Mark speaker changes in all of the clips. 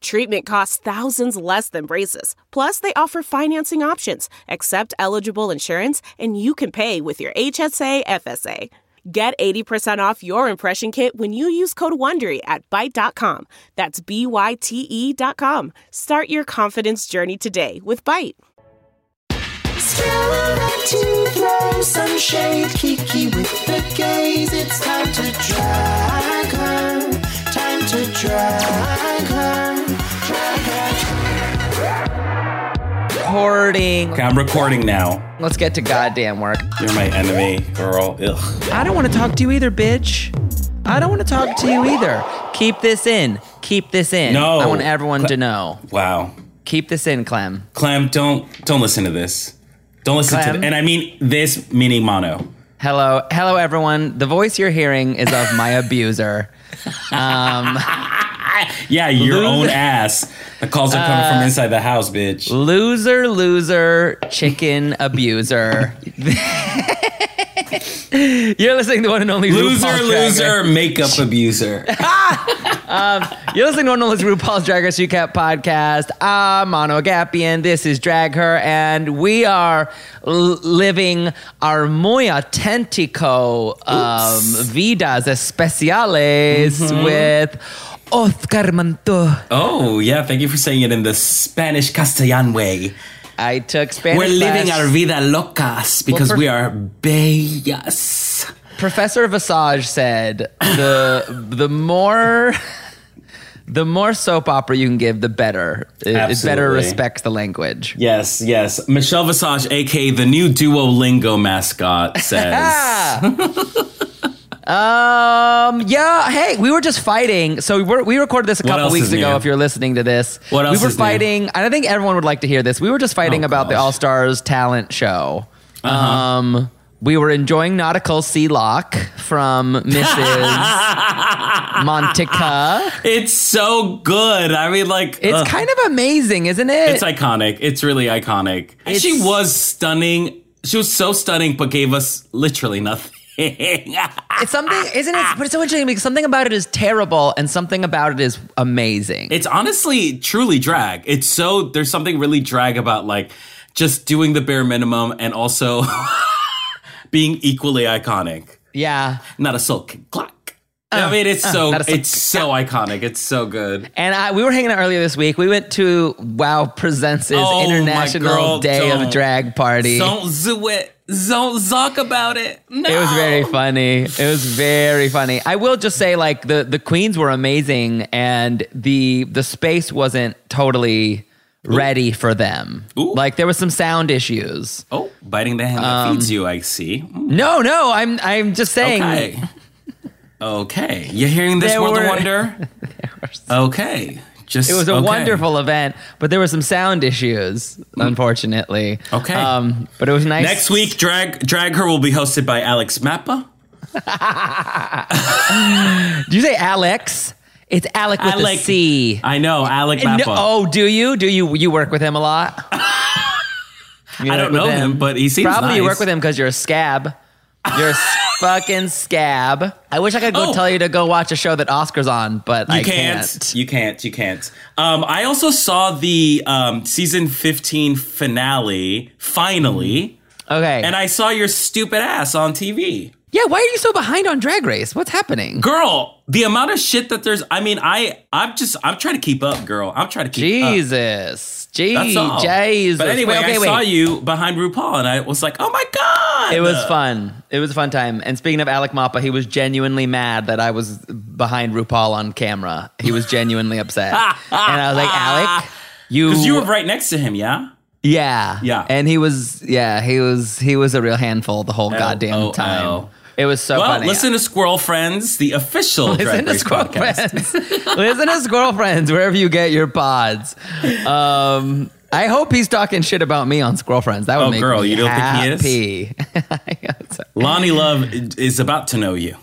Speaker 1: Treatment costs thousands less than braces. Plus, they offer financing options, accept eligible insurance, and you can pay with your HSA FSA. Get 80% off your impression kit when you use code WONDERY at Byte.com. That's B-Y-T-E E dot com. Start your confidence journey today with Byte.
Speaker 2: to throw some shade. Kiki with the gaze. It's time to drag her. Time to drag her. Drag her.
Speaker 3: recording.
Speaker 4: Okay, I'm recording now.
Speaker 3: Let's get to goddamn work.
Speaker 4: You're my enemy, girl. Ugh.
Speaker 3: I don't want to talk to you either, bitch. I don't want to talk to you either. Keep this in. Keep this in.
Speaker 4: No.
Speaker 3: I want everyone to know.
Speaker 4: Wow.
Speaker 3: Keep this in, Clem.
Speaker 4: Clem, don't don't listen to this. Don't listen to
Speaker 3: Clem?
Speaker 4: th- and I mean this meaning mono.
Speaker 3: Hello, hello, everyone. The voice you're hearing is of my abuser.
Speaker 4: Yeah, your
Speaker 3: Lose- Uh,
Speaker 4: own ass. The calls are coming from inside the house, bitch.
Speaker 3: Loser, loser, chicken abuser. You're listening to one and only
Speaker 4: Loser,
Speaker 3: RuPaul's Drag Race.
Speaker 4: loser, makeup abuser.
Speaker 3: You're listening to one of those RuPaul's Drag Race Recap podcast. I'm Mono Agapian. This is Drag Her, and we are l- living our muy auténtico um, vidas especiales
Speaker 4: Mm-hmm.
Speaker 3: with Oscar Mantua.
Speaker 4: Oh, yeah, thank you for saying it in the Spanish Castellan way.
Speaker 3: I took Spanish.
Speaker 4: We're living
Speaker 3: class.
Speaker 4: our vida locas because
Speaker 3: for-
Speaker 4: we are bellas.
Speaker 3: Professor Visage said the the more. The more soap opera you can give, the better. It, it better
Speaker 4: Absolutely.
Speaker 3: respects the language.
Speaker 4: Yes, yes. Michelle Visage, aka the new Duolingo mascot, says.
Speaker 3: um. Yeah. Hey, we were just fighting. So we, were, we recorded this a couple
Speaker 4: else
Speaker 3: weeks
Speaker 4: is
Speaker 3: ago.
Speaker 4: new?
Speaker 3: If you're listening to this,
Speaker 4: What else
Speaker 3: we were
Speaker 4: is new?
Speaker 3: fighting, and I think everyone would like to hear this. We were just fighting
Speaker 4: Oh,
Speaker 3: about the
Speaker 4: gosh. Uh-huh.
Speaker 3: All Stars talent show. Um. We were enjoying Nautical Sea Lock from Mrs. Montica.
Speaker 4: It's so good. I mean, like
Speaker 3: It's
Speaker 4: ugh.
Speaker 3: kind of amazing, isn't it?
Speaker 4: it's iconic. It's really iconic. And she
Speaker 3: It's-
Speaker 4: was stunning. She was so stunning, but gave us literally nothing.
Speaker 3: It's something, isn't it? But it's so interesting because something about it is terrible, and something about it is amazing.
Speaker 4: it's honestly truly drag. It's so there's something really drag about like just doing the bare minimum and also being equally iconic.
Speaker 3: yeah.
Speaker 4: Not a soul can clock. I mean, it's so
Speaker 3: Uh, not a soul
Speaker 4: it's so iconic. It's so good.
Speaker 3: And I, we were hanging out earlier this week. We went to Wow Presents'
Speaker 4: Oh, my
Speaker 3: International
Speaker 4: girl,
Speaker 3: Day of
Speaker 4: don't.
Speaker 3: Drag party.
Speaker 4: Don't do it. Don't talk about it. No.
Speaker 3: It was very funny. It was very funny. I will just say, like the the queens were amazing, and the the space wasn't totally ready for them.
Speaker 4: Ooh.
Speaker 3: Like there was some sound issues.
Speaker 4: Oh, biting the
Speaker 3: Um,
Speaker 4: hand that feeds you. I see. Mm,
Speaker 3: No, no, I'm I'm just saying.
Speaker 4: Okay. okay. You're hearing this
Speaker 3: There
Speaker 4: world
Speaker 3: were-
Speaker 4: of wonder? okay. Just
Speaker 3: It was a
Speaker 4: okay.
Speaker 3: wonderful event, but there were some sound issues, unfortunately.
Speaker 4: Mm. Okay.
Speaker 3: Um, but it was nice.
Speaker 4: Next week, drag drag her will be hosted by Alex Mappa.
Speaker 3: Do you say Alex? It's Alec with a
Speaker 4: Alec.
Speaker 3: C.
Speaker 4: I know Alex
Speaker 3: And
Speaker 4: Mappa.
Speaker 3: no- oh, do you? Do you? You work with him a lot? You
Speaker 4: I
Speaker 3: work
Speaker 4: don't
Speaker 3: with
Speaker 4: know him, but he seems
Speaker 3: probably you
Speaker 4: nice.
Speaker 3: work with him because you're a scab. You're a s- fucking scab. I wish I could go
Speaker 4: Oh.
Speaker 3: tell you to go watch a show that Oscar's on, but
Speaker 4: You
Speaker 3: I can't.
Speaker 4: You can't. You can't. Um, I also saw the um, season 15 finale finally,
Speaker 3: Mm-hmm. Okay.
Speaker 4: and I saw your stupid ass on TV.
Speaker 3: yeah. Why are you so behind on Drag Race? What's
Speaker 4: uh,
Speaker 3: happening?
Speaker 4: girl the amount of shit that there's i mean i i'm just i'm trying to keep up girl i'm trying to keep up
Speaker 3: Jesus. Gee,
Speaker 4: that's all
Speaker 3: Jesus.
Speaker 4: but anyway
Speaker 3: Wait, okay,
Speaker 4: i
Speaker 3: wait.
Speaker 4: saw you behind rupaul and i was like oh my god Uh,
Speaker 3: It was fun. It was a fun time. And speaking of Alec Mappa, he was genuinely mad that I was behind RuPaul on camera. He was genuinely upset. and I was like, Alec, you,
Speaker 4: because you were right next to him yeah
Speaker 3: yeah,
Speaker 4: Yeah.
Speaker 3: And he was, yeah, he was, he was a real handful the whole goddamn time.
Speaker 4: LOL.
Speaker 3: It was so
Speaker 4: well
Speaker 3: funny.
Speaker 4: listen to squirrel friends the official
Speaker 3: Listen
Speaker 4: Drag
Speaker 3: to
Speaker 4: Race
Speaker 3: Squirrel
Speaker 4: podcast.
Speaker 3: Friends. Listen to Squirrel Friends wherever you get your pods. Um, I hope he's talking shit about me on Squirrel Friends. That would
Speaker 4: Oh,
Speaker 3: make
Speaker 4: girl,
Speaker 3: me
Speaker 4: you don't think
Speaker 3: happy. think he is?
Speaker 4: Lonnie Love i- is about to know you.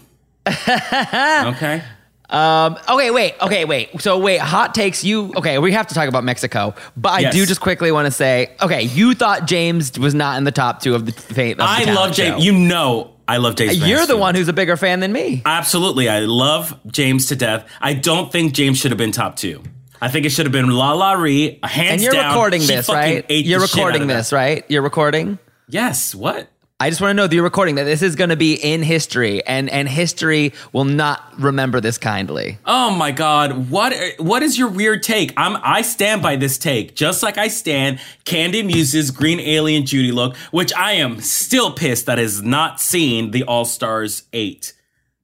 Speaker 4: okay.
Speaker 3: okay, wait. Okay, wait. So wait, hot takes. You okay? We have to talk about Mexico, but I
Speaker 4: Yes.
Speaker 3: do just quickly want to say, okay, you thought James was not in the top two of the. Fa- of the
Speaker 4: I
Speaker 3: talent
Speaker 4: love
Speaker 3: show.
Speaker 4: James. You know I love James.
Speaker 3: You're the
Speaker 4: Mansfield.
Speaker 3: one who's a bigger fan than me.
Speaker 4: Absolutely. I love James to death. I don't think James should have been top two. I think it should have been La La Ree, hands
Speaker 3: And you're
Speaker 4: down.
Speaker 3: recording
Speaker 4: She
Speaker 3: this,
Speaker 4: fucking
Speaker 3: right?
Speaker 4: ate
Speaker 3: You're
Speaker 4: the shit
Speaker 3: recording
Speaker 4: out of
Speaker 3: this,
Speaker 4: that.
Speaker 3: right? You're recording.
Speaker 4: Yes. What?
Speaker 3: I just want to know that you're recording that this is going to be in history, and and history will not remember this kindly.
Speaker 4: Oh my God! What what is your weird take? I'm I stand by this take, just like I stand Candy Muse's Green Alien Judy look, which I am still pissed that has not seen the All Stars eight.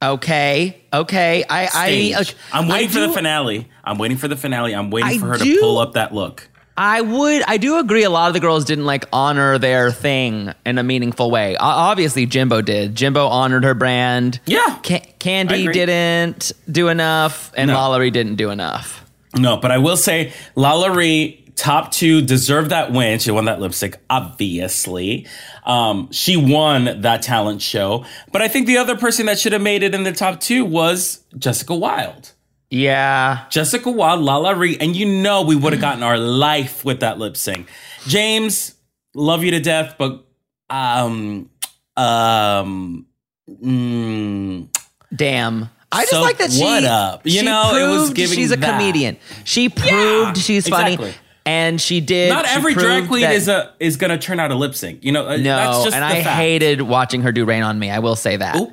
Speaker 3: Okay, okay. I I
Speaker 4: stage. I'm waiting
Speaker 3: I
Speaker 4: for the
Speaker 3: do-
Speaker 4: finale. I'm waiting for the finale. I'm waiting
Speaker 3: I
Speaker 4: for her
Speaker 3: do-
Speaker 4: to pull up that look.
Speaker 3: I would, I do agree. A lot of the girls didn't like honor their thing in a meaningful way. O- Obviously, Jimbo did. Jimbo honored her brand.
Speaker 4: Yeah.
Speaker 3: Ca-
Speaker 4: I
Speaker 3: Candy
Speaker 4: agree.
Speaker 3: didn't do enough, and
Speaker 4: No.
Speaker 3: Mallory didn't do enough.
Speaker 4: No, but I will say Lala Ree, top two, deserved that win. She won that lipstick, obviously. Um, she won that talent show. But I think the other person that should have made it in the top two was Jessica Wilde.
Speaker 3: Yeah,
Speaker 4: Jessica Wilde, Lala Ree, and you know we would have gotten our life with that lip sync. James, love you to death, but um um mm,
Speaker 3: damn. I just
Speaker 4: So
Speaker 3: like that she.
Speaker 4: what up? You
Speaker 3: she
Speaker 4: know, it was
Speaker 3: proved
Speaker 4: giving
Speaker 3: she's a
Speaker 4: that.
Speaker 3: comedian. She proved she's funny,
Speaker 4: exactly.
Speaker 3: and she did.
Speaker 4: not
Speaker 3: she
Speaker 4: every drag
Speaker 3: proved
Speaker 4: queen
Speaker 3: that-
Speaker 4: is a is gonna turn out a lip sync. You know, uh,
Speaker 3: No,
Speaker 4: that's just
Speaker 3: and
Speaker 4: the
Speaker 3: I
Speaker 4: fact.
Speaker 3: hated watching her do "Rain on Me." I will say that.
Speaker 4: Oop.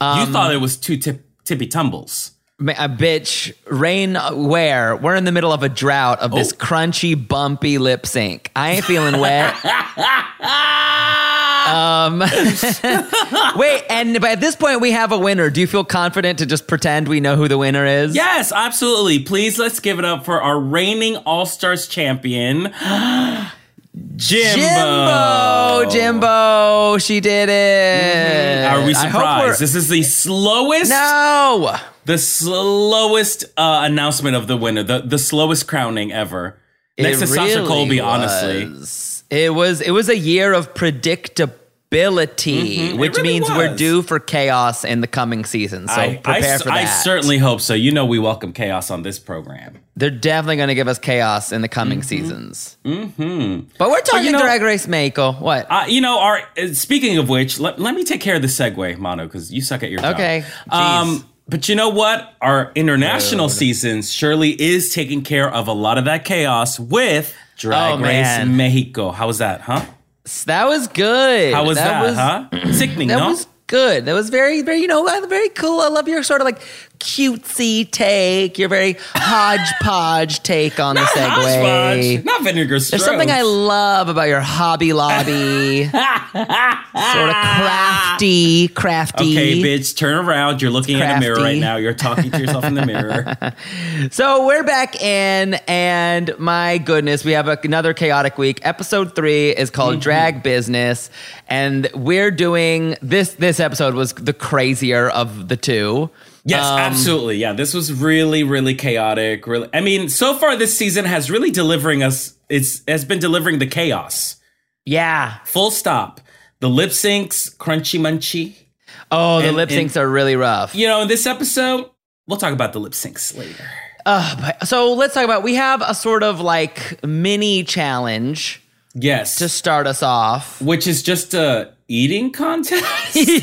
Speaker 4: you thought it was two tip, tippy tumbles.
Speaker 3: Ma- a bitch rain where we're in the middle of a drought of this
Speaker 4: Oh.
Speaker 3: crunchy bumpy lip sync i ain't feeling wet um wait and but at this point we have a winner do you feel confident to just pretend we know who the winner is
Speaker 4: Yes, absolutely. Please let's give it up for our reigning All Stars champion, Jimbo.
Speaker 3: jimbo jimbo she did it
Speaker 4: Hmm, Mm-hmm. Are we
Speaker 3: I hope we're-
Speaker 4: surprised? This is the slowest,
Speaker 3: no
Speaker 4: the slowest uh, announcement of the winner, the, the slowest crowning ever. Next
Speaker 3: It
Speaker 4: to Sasha
Speaker 3: really was.
Speaker 4: Colby, honestly.
Speaker 3: It was it was a year of predictability, which
Speaker 4: Mm-hmm. really
Speaker 3: means we're
Speaker 4: was.
Speaker 3: due for chaos in the coming season. So
Speaker 4: I, I
Speaker 3: prepare
Speaker 4: s-
Speaker 3: for that.
Speaker 4: I certainly hope so. You know, we welcome chaos on this program.
Speaker 3: they're definitely going to give us chaos in the coming seasons. Mm-hmm. But we're talking
Speaker 4: you know-
Speaker 3: Drag Race Mexico. What?
Speaker 4: Uh, you know, our uh, speaking of which, let, let me take care of the segue, Mono, because you suck at your job.
Speaker 3: Okay. Jeez.
Speaker 4: Um, but you know what? Our international seasons surely is taking care of a lot of that chaos with Drag
Speaker 3: Oh,
Speaker 4: Race
Speaker 3: man.
Speaker 4: Mexico. How was that, huh?
Speaker 3: that was good.
Speaker 4: How was that,
Speaker 3: was-
Speaker 4: huh? Sickening,
Speaker 3: That
Speaker 4: no?
Speaker 3: was good. That was very, very, you know, uh, very cool. I love your sort of like cutesy take, your very hodgepodge take on the segue.
Speaker 4: Hodgepodge, Not vinegar
Speaker 3: There's something I love about your Hobby Lobby. sort of crafty, crafty.
Speaker 4: Okay, bitch, turn around. You're looking in a mirror
Speaker 3: crafty.
Speaker 4: right now. You're talking to yourself in the mirror.
Speaker 3: So we're back in, and my goodness, we have a- another chaotic week. Episode three is
Speaker 4: Mm-hmm.
Speaker 3: called Drag Business, and we're doing this. This episode was the crazier of the two.
Speaker 4: Yes,
Speaker 3: Um,
Speaker 4: absolutely. Yeah, this was really, really chaotic. Really, I mean, so far this season has really delivering us. It's has been delivering the chaos.
Speaker 3: Yeah.
Speaker 4: Full stop. The lip syncs, crunchy munchy.
Speaker 3: Oh, the
Speaker 4: And-
Speaker 3: lip
Speaker 4: and-
Speaker 3: syncs are really rough.
Speaker 4: You know, in this episode, we'll talk about the lip syncs later.
Speaker 3: So let's talk about. We have a sort of like mini challenge
Speaker 4: Yes,
Speaker 3: to start us off.
Speaker 4: which is just a eating contest.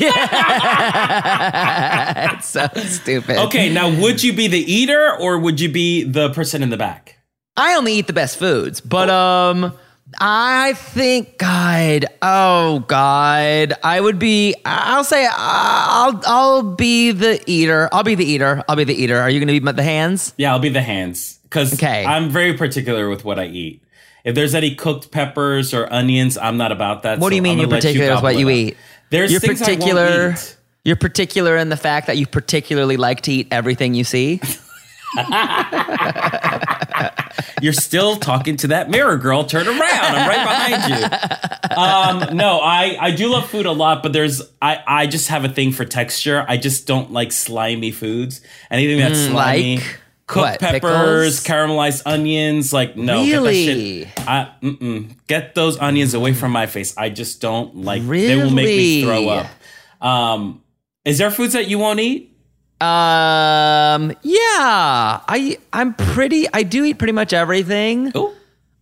Speaker 3: That's so stupid.
Speaker 4: okay, now would you be the eater or would you be the person in the back?
Speaker 3: I only eat the best foods, but um, I think God, oh God, I would be. I'll say uh, I'll I'll be the eater. I'll be the eater. I'll be the eater. Are you gonna be the hands?
Speaker 4: Yeah, I'll be the hands because
Speaker 3: Okay.
Speaker 4: I'm very particular with what I eat. If there's any cooked peppers or onions, I'm not about that.
Speaker 3: What do
Speaker 4: so
Speaker 3: you
Speaker 4: I'm
Speaker 3: mean you're
Speaker 4: gonna let
Speaker 3: particular with
Speaker 4: gobble
Speaker 3: what
Speaker 4: it
Speaker 3: you
Speaker 4: up.
Speaker 3: eat?
Speaker 4: There's
Speaker 3: you're
Speaker 4: things I
Speaker 3: particular.
Speaker 4: won't eat.
Speaker 3: You're particular in the fact that you particularly like to eat everything you see.
Speaker 4: You're still talking to that mirror girl. Turn around. I'm right behind you. Um, no, I, I do love food a lot, but there's I, I just have a thing for texture. I just don't like slimy foods. Anything that's slimy,
Speaker 3: Mm, like?
Speaker 4: cooked
Speaker 3: What,
Speaker 4: peppers,
Speaker 3: pickles?
Speaker 4: caramelized onions. Like no, get that
Speaker 3: Really?
Speaker 4: shit- I mm-mm. get those onions away from my face. I just don't like. They will make me throw
Speaker 3: Really?
Speaker 4: up. Um, is there foods that you won't eat?
Speaker 3: Um, yeah, I I'm pretty. I do eat pretty much everything.
Speaker 4: Oh,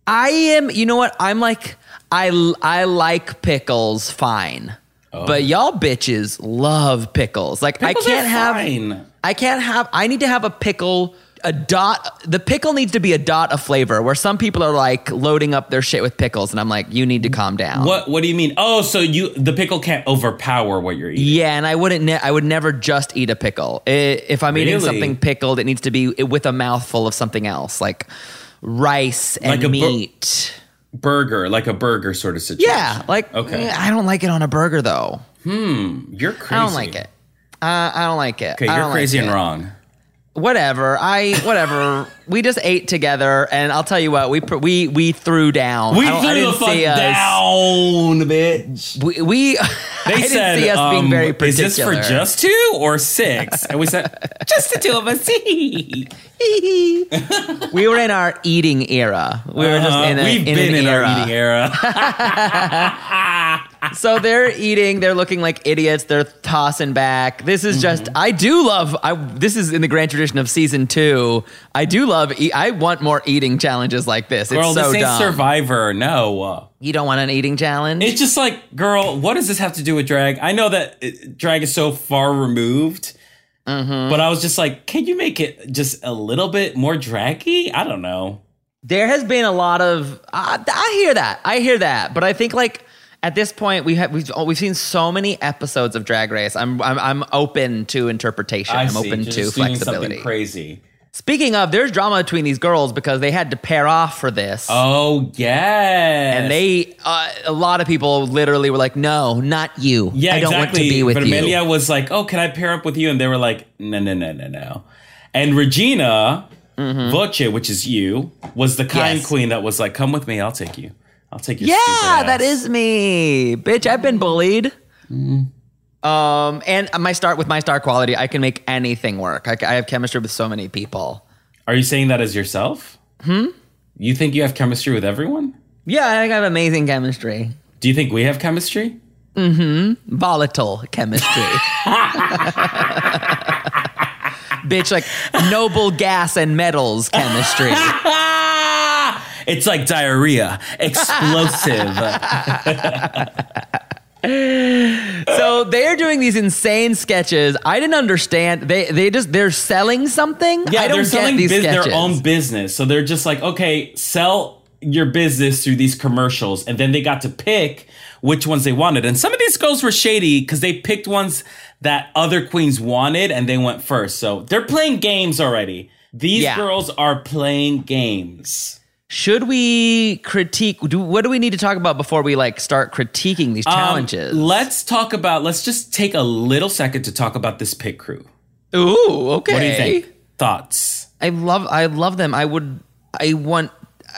Speaker 3: I am. You know what? I'm like I I like pickles fine,
Speaker 4: Oh.
Speaker 3: but y'all bitches love pickles. Like I can't have.
Speaker 4: Fine.
Speaker 3: I can't have. I need to have a pickle. A dot. The pickle needs to be a dot of flavor. Where some people are like loading up their shit with pickles, and I'm like, you need to calm down.
Speaker 4: What What do you mean? Oh, so you the pickle can't overpower what you're eating.
Speaker 3: Yeah, and I wouldn't. Ne- I would never just eat a pickle. I- If I'm eating
Speaker 4: Really?
Speaker 3: something pickled, it needs to be with a mouthful of something else, like rice and
Speaker 4: Like a bur-
Speaker 3: meat.
Speaker 4: Burger, like a burger sort of situation.
Speaker 3: yeah, like
Speaker 4: Okay.
Speaker 3: okay. I don't like it on a burger though.
Speaker 4: you're crazy.
Speaker 3: I don't like it. Uh, I don't like it.
Speaker 4: Okay,
Speaker 3: I
Speaker 4: you're
Speaker 3: don't
Speaker 4: crazy
Speaker 3: like
Speaker 4: and
Speaker 3: it.
Speaker 4: wrong.
Speaker 3: Whatever. I whatever. we just ate together, and I'll tell you what. We pr- we we threw down.
Speaker 4: We
Speaker 3: I don't- I
Speaker 4: threw the
Speaker 3: didn't
Speaker 4: fuck
Speaker 3: see us-
Speaker 4: down, bitch.
Speaker 3: We, we
Speaker 4: They
Speaker 3: I didn't
Speaker 4: said,
Speaker 3: see us
Speaker 4: um,
Speaker 3: being very
Speaker 4: "Is
Speaker 3: particular.
Speaker 4: this for just two or six? And we said, "Just the two of us." we
Speaker 3: we were in our eating era. We were just in, a,
Speaker 4: Uh-huh. Uh, We've
Speaker 3: in
Speaker 4: been
Speaker 3: an
Speaker 4: in
Speaker 3: era.
Speaker 4: our eating era.
Speaker 3: So they're eating. They're looking like idiots. They're tossing back. This is just.
Speaker 4: Mm-hmm.
Speaker 3: I do love. I this is in the grand tradition of season two. I do love. E- I want more eating challenges like this. It's
Speaker 4: Girl,
Speaker 3: so
Speaker 4: this ain't
Speaker 3: dumb.
Speaker 4: Survivor. No,
Speaker 3: you don't want an eating challenge.
Speaker 4: it's just like, girl, what does this have to do with drag? I know that uh, drag is so far removed,
Speaker 3: Mm-hmm.
Speaker 4: but I was just like, can you make it just a little bit more draggy? I don't know.
Speaker 3: there has been a lot of uh, I hear that I hear that, but I think like at this point we have we've oh, we've seen so many episodes of Drag Race. I'm I'm, I'm open to interpretation.
Speaker 4: I
Speaker 3: am
Speaker 4: see,
Speaker 3: open
Speaker 4: just
Speaker 3: to
Speaker 4: doing
Speaker 3: flexibility.
Speaker 4: Something crazy.
Speaker 3: Speaking of, there's drama between these girls because they had to pair off for this.
Speaker 4: Oh yeah,
Speaker 3: And they, uh, a lot of people literally were like, "No, not you.
Speaker 4: Yeah,
Speaker 3: I don't
Speaker 4: exactly.
Speaker 3: want to be with
Speaker 4: but
Speaker 3: you."
Speaker 4: Amelia was like, "Oh, can I pair up with you?" And they were like, "No, no, no, no, no." And Regina Voce, which is you, was the
Speaker 3: Mm-hmm.
Speaker 4: kind
Speaker 3: Yes.
Speaker 4: queen that was like, "Come with me. I'll take you. I'll take you."
Speaker 3: yeah, that is me, bitch. I've been bullied.
Speaker 4: Mm-hmm.
Speaker 3: Um, and my start with my star quality, I can make anything work. I, I have chemistry with so many people.
Speaker 4: Are you saying that as yourself? Hmm. You think you have chemistry with everyone?
Speaker 3: Yeah, I think I have amazing chemistry.
Speaker 4: Do you think we have chemistry?
Speaker 3: Volatile chemistry. bitch, like noble gas and metals chemistry.
Speaker 4: Ah! It's like diarrhea, explosive.
Speaker 3: So they're doing these insane sketches. I didn't understand. They they just they're selling something.
Speaker 4: Yeah,
Speaker 3: I don't
Speaker 4: they're
Speaker 3: get
Speaker 4: selling
Speaker 3: these
Speaker 4: bus-
Speaker 3: sketches.
Speaker 4: their own business. So they're just like, okay, sell your business through these commercials. And then they got to pick which ones they wanted. And some of these girls were shady because they picked ones that other queens wanted and they went first. So they're playing games already. These
Speaker 3: Yeah.
Speaker 4: girls are playing games.
Speaker 3: Should we critique? Do, what do we need to talk about before we like start critiquing these
Speaker 4: Um,
Speaker 3: challenges?
Speaker 4: let's talk about, let's just take a little second to talk about this pit crew.
Speaker 3: Ooh, okay.
Speaker 4: What do you think? Thoughts?
Speaker 3: I love I love them. I would I want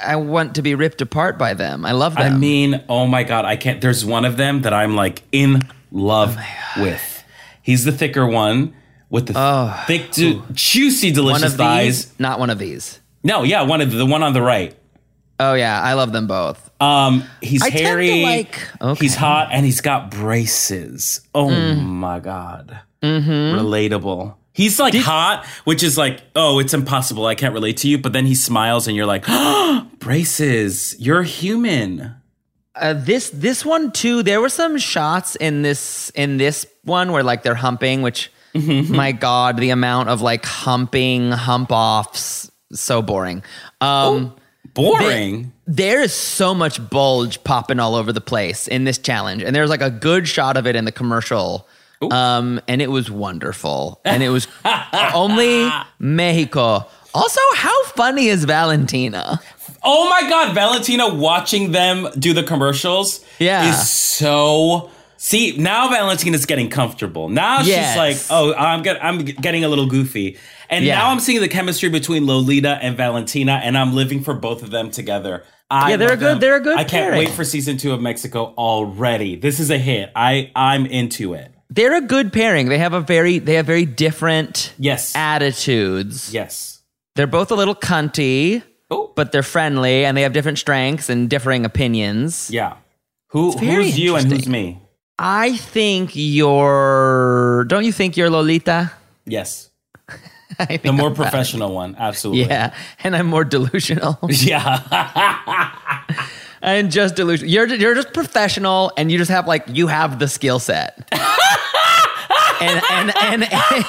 Speaker 3: I want to be ripped apart by them. I love
Speaker 4: I
Speaker 3: them.
Speaker 4: mean, oh my god, I can't. There's one of them that I'm like in
Speaker 3: Oh
Speaker 4: love with. He's the thicker one with the thick, ju- juicy,
Speaker 3: Oh. one
Speaker 4: delicious
Speaker 3: of
Speaker 4: thighs.
Speaker 3: these, not one of these.
Speaker 4: No, yeah, one of the, the one on the right.
Speaker 3: Oh yeah, I love them both.
Speaker 4: Um, he's
Speaker 3: I tend to
Speaker 4: hairy.
Speaker 3: like-
Speaker 4: He's
Speaker 3: okay. Mm.
Speaker 4: hot, and he's got braces. Oh my god,
Speaker 3: Mm-hmm.
Speaker 4: relatable. He's like hot, which is like, oh, it's impossible. I can't relate to you. But then he smiles, and you're like, braces. You're human.
Speaker 3: Uh, this this one too. There were some shots in this in this one where like they're humping, which my god, the amount of like humping hump offs, so boring. Um,
Speaker 4: Boring.
Speaker 3: there is so much bulge popping all over the place in this challenge, and there's like a good shot of it in the commercial. Um, and it was wonderful, and it was only Mexico. Also, how funny is Valentina?
Speaker 4: Oh my god, Valentina watching them do the commercials
Speaker 3: Yeah.
Speaker 4: is so See, now Valentina's getting comfortable. Now
Speaker 3: Yes.
Speaker 4: she's like, "Oh, I'm get, I'm getting a little goofy." And
Speaker 3: Yeah.
Speaker 4: now I'm seeing the chemistry between Lolita and Valentina and I'm living for both of them together. I
Speaker 3: Yeah, they're
Speaker 4: love
Speaker 3: a good-
Speaker 4: them.
Speaker 3: they're a good
Speaker 4: I can't
Speaker 3: pairing.
Speaker 4: wait for season 2 of Mexico already. This is a hit. I I'm into it.
Speaker 3: They're a good pairing. They have a very they have very different
Speaker 4: Yes.
Speaker 3: attitudes.
Speaker 4: yes.
Speaker 3: They're both a little cunty,
Speaker 4: Oh.
Speaker 3: but they're friendly and they have different strengths and differing opinions.
Speaker 4: Yeah. Who
Speaker 3: very
Speaker 4: who's you and who's
Speaker 3: interesting.
Speaker 4: me?
Speaker 3: I think you're. Don't you think you're Lolita?
Speaker 4: Yes.
Speaker 3: I think
Speaker 4: The more
Speaker 3: I'm that.
Speaker 4: professional one, absolutely.
Speaker 3: Yeah, and I'm more delusional.
Speaker 4: Yeah.
Speaker 3: I'm just delusional. You're you're just professional, and you just have like you have the skill set. and and and. and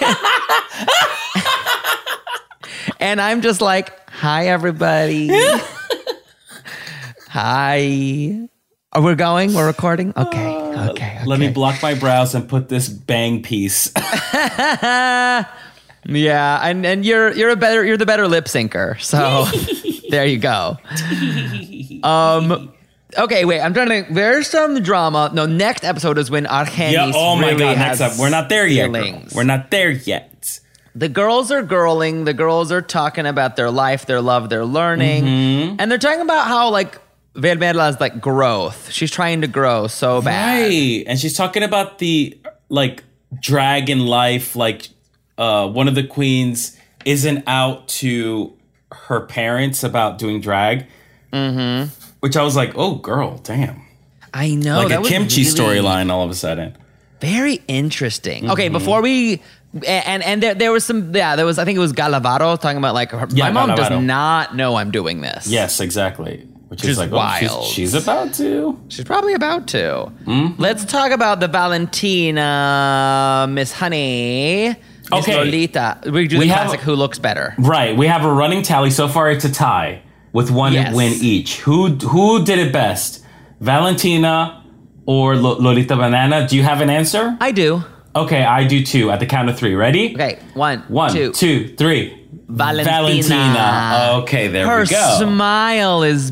Speaker 3: And I'm just like, hi everybody. hi. Are we going? We're recording? Okay. Okay.
Speaker 4: Uh, Let me
Speaker 3: okay.
Speaker 4: block my brows and put this bang piece.
Speaker 3: Yeah, and and you're you're a better you're the better lip syncer. So there you go. Um okay, wait, I'm trying to there's some drama. No, next episode is when Argenis
Speaker 4: yeah. Oh my
Speaker 3: really
Speaker 4: god.
Speaker 3: has
Speaker 4: Next up, we're not there yet. girl.
Speaker 3: feelings.
Speaker 4: We're not there yet.
Speaker 3: The girls are girling, the girls are talking about their life, their love, their learning.
Speaker 4: Mm-hmm.
Speaker 3: And they're talking about how like Vermela's like growth. She's trying to grow so bad.
Speaker 4: Right. And she's talking about the like dragon life, like uh one of the queens isn't out to her parents about doing drag. Mm-hmm. Which I was like, oh girl, damn.
Speaker 3: I know.
Speaker 4: Like
Speaker 3: Oh, that
Speaker 4: a
Speaker 3: was
Speaker 4: kimchi
Speaker 3: really-
Speaker 4: storyline all of a sudden.
Speaker 3: Very interesting.
Speaker 4: Mm-hmm.
Speaker 3: Okay, before we and and there, there was some yeah there was I think it was Galavaro talking about like her, my
Speaker 4: Yeah,
Speaker 3: mom does
Speaker 4: Galavaro.
Speaker 3: not know I'm doing this.
Speaker 4: Yes, exactly. Which
Speaker 3: Just
Speaker 4: is like Oh,
Speaker 3: wild.
Speaker 4: she's, she's about to.
Speaker 3: she's probably about to.
Speaker 4: Mm-hmm.
Speaker 3: Let's talk about the Valentina Miss Honey. Miss
Speaker 4: Okay.
Speaker 3: Lolita. We do
Speaker 4: We
Speaker 3: the
Speaker 4: have-
Speaker 3: classic. Who looks better?
Speaker 4: Right. We have a running tally so far. It's a tie with one
Speaker 3: Yes.
Speaker 4: win each. Who who did it best, Valentina or Lo- Lolita Banana? Do you have an answer?
Speaker 3: I do.
Speaker 4: Okay, I do too. At the count of three, ready?
Speaker 3: Okay, one,
Speaker 4: One,
Speaker 3: two.
Speaker 4: two, three.
Speaker 3: Valentina.
Speaker 4: Valentina. Okay, there
Speaker 3: Her
Speaker 4: we go. Ah!
Speaker 3: smile is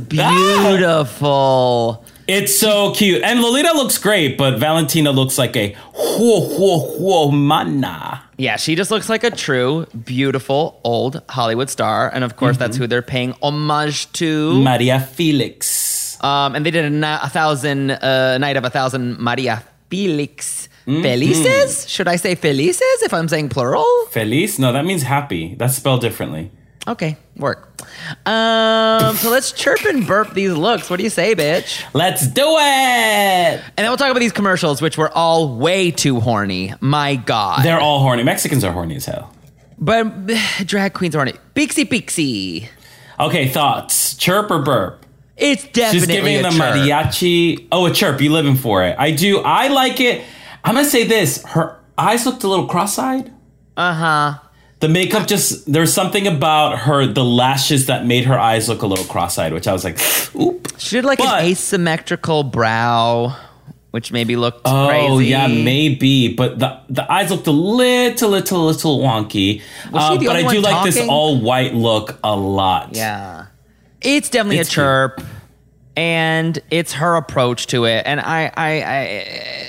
Speaker 3: beautiful.
Speaker 4: it's so cute, and Lolita looks great, but Valentina looks like a whoa, whoa, whoa, mana.
Speaker 3: Yeah, she just looks like a true, beautiful old Hollywood star. And of course,
Speaker 4: Mm-hmm.
Speaker 3: that's who they're paying homage to.
Speaker 4: Maria Felix.
Speaker 3: Um, and they did a, ni- a thousand, uh, night of a thousand Maria Felix
Speaker 4: Mm-hmm.
Speaker 3: Felices. Should I say Felices if I'm saying plural?
Speaker 4: Feliz? No, that means happy. That's spelled differently.
Speaker 3: Okay, work. Um, so let's chirp and burp these looks. What do you say, bitch?
Speaker 4: Let's do
Speaker 3: And
Speaker 4: it.
Speaker 3: then we'll talk about these commercials, which were all way too horny. My God.
Speaker 4: They're all horny. Mexicans are horny as hell.
Speaker 3: but drag queens are horny. Pixie Pixie.
Speaker 4: Okay, thoughts. Chirp or burp?
Speaker 3: It's definitely
Speaker 4: She's giving
Speaker 3: a
Speaker 4: the
Speaker 3: chirp.
Speaker 4: mariachi. Oh, a chirp. You living for it. I do. I like it. I'm gonna say this. Her eyes looked a little cross-eyed.
Speaker 3: Uh huh.
Speaker 4: The makeup just there's something about her the lashes that made her eyes look a little cross-eyed, which I was like, oop.
Speaker 3: She did like
Speaker 4: But-
Speaker 3: an asymmetrical brow, which maybe looked crazy.
Speaker 4: Oh yeah, maybe. But the the eyes looked a little, little, little wonky. Uh,
Speaker 3: Was she the
Speaker 4: but
Speaker 3: only
Speaker 4: I
Speaker 3: one
Speaker 4: do like this
Speaker 3: talking?
Speaker 4: all white look a lot.
Speaker 3: Yeah. It's definitely
Speaker 4: It's
Speaker 3: a
Speaker 4: cute.
Speaker 3: chirp. And it's her approach to it, and I, I,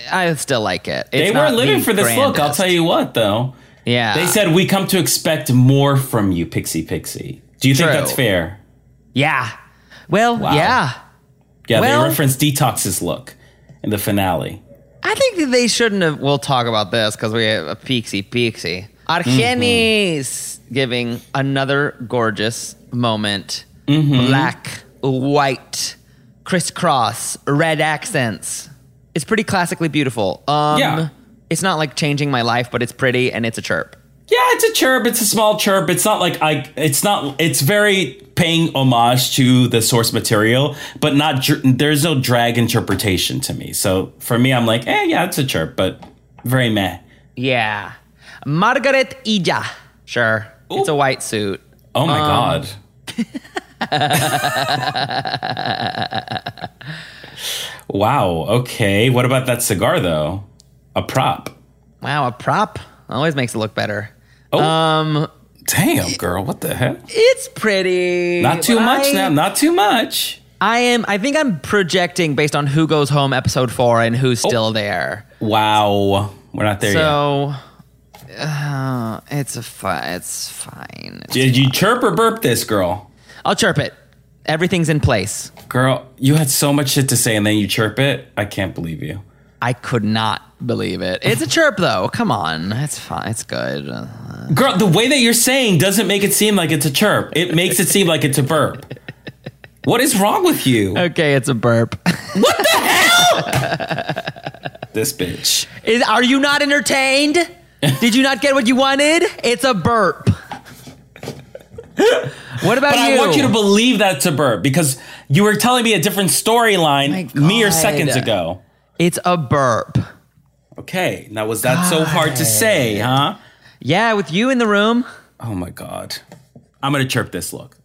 Speaker 3: I, I still like it. It's
Speaker 4: They
Speaker 3: not
Speaker 4: were living
Speaker 3: the
Speaker 4: for this look, I'll
Speaker 3: grandest. Ah.
Speaker 4: tell you what though.
Speaker 3: Yeah,
Speaker 4: They said we come to expect more from you, Pixie Pixie. Do you
Speaker 3: True.
Speaker 4: think that's fair?
Speaker 3: yeah. Well,
Speaker 4: Wow.
Speaker 3: yeah.
Speaker 4: Yeah,
Speaker 3: Well-
Speaker 4: they referenced Detox's look in the finale.
Speaker 3: I think that they shouldn't have. We'll talk about this because we have a pixie pixie. Argenis giving another gorgeous moment. Mm-hmm. Black, white, crisscross, red accents. It's pretty classically beautiful. Um,
Speaker 4: Yeah.
Speaker 3: It's not like changing my life, but it's pretty and it's a chirp.
Speaker 4: Yeah, it's a chirp. It's a small chirp. It's not like I. It's not. It's very paying homage to the source material, but not. dr- There's no drag interpretation to me. So for me, I'm like, eh, yeah, it's a chirp, but very meh.
Speaker 3: Yeah. Margaret Ija. Sure. It's a white suit.
Speaker 4: Oh my
Speaker 3: Um,
Speaker 4: god. wow. Okay. What about that cigar though? A prop.
Speaker 3: Wow, a prop always makes it look better.
Speaker 4: Oh.
Speaker 3: Um,
Speaker 4: Damn, girl. What the heck?
Speaker 3: it's pretty.
Speaker 4: Not too much
Speaker 3: I-
Speaker 4: now. Not too much.
Speaker 3: I am. I think I'm projecting based on who goes home episode four and who's still there.
Speaker 4: Wow. We're not Oh. there yet.
Speaker 3: so uh, it's a fi- it's fine.
Speaker 4: Did you chirp or burp this girl?
Speaker 3: I'll chirp it. Everything's in place.
Speaker 4: Girl, you had so much shit to say and then you chirp it. I can't believe you.
Speaker 3: I could not believe it. It's a chirp though. Come on, it's fine. It's good. Uh,
Speaker 4: Girl, the way that you're saying doesn't make it seem like it's a chirp. It makes it seem like it's a burp. What is wrong with you?
Speaker 3: Okay, it's a burp.
Speaker 4: This bitch.
Speaker 3: Is are you not entertained? Did you not get what you wanted? It's a burp. What about
Speaker 4: But
Speaker 3: you?
Speaker 4: I want you to believe that it's a burp because you were telling me a different storyline
Speaker 3: My
Speaker 4: mere
Speaker 3: God.
Speaker 4: seconds ago.
Speaker 3: it's a burp.
Speaker 4: Okay, now was that so hard to say, huh?
Speaker 3: Yeah, with you in the room.
Speaker 4: Oh my God. I'm going to chirp this look.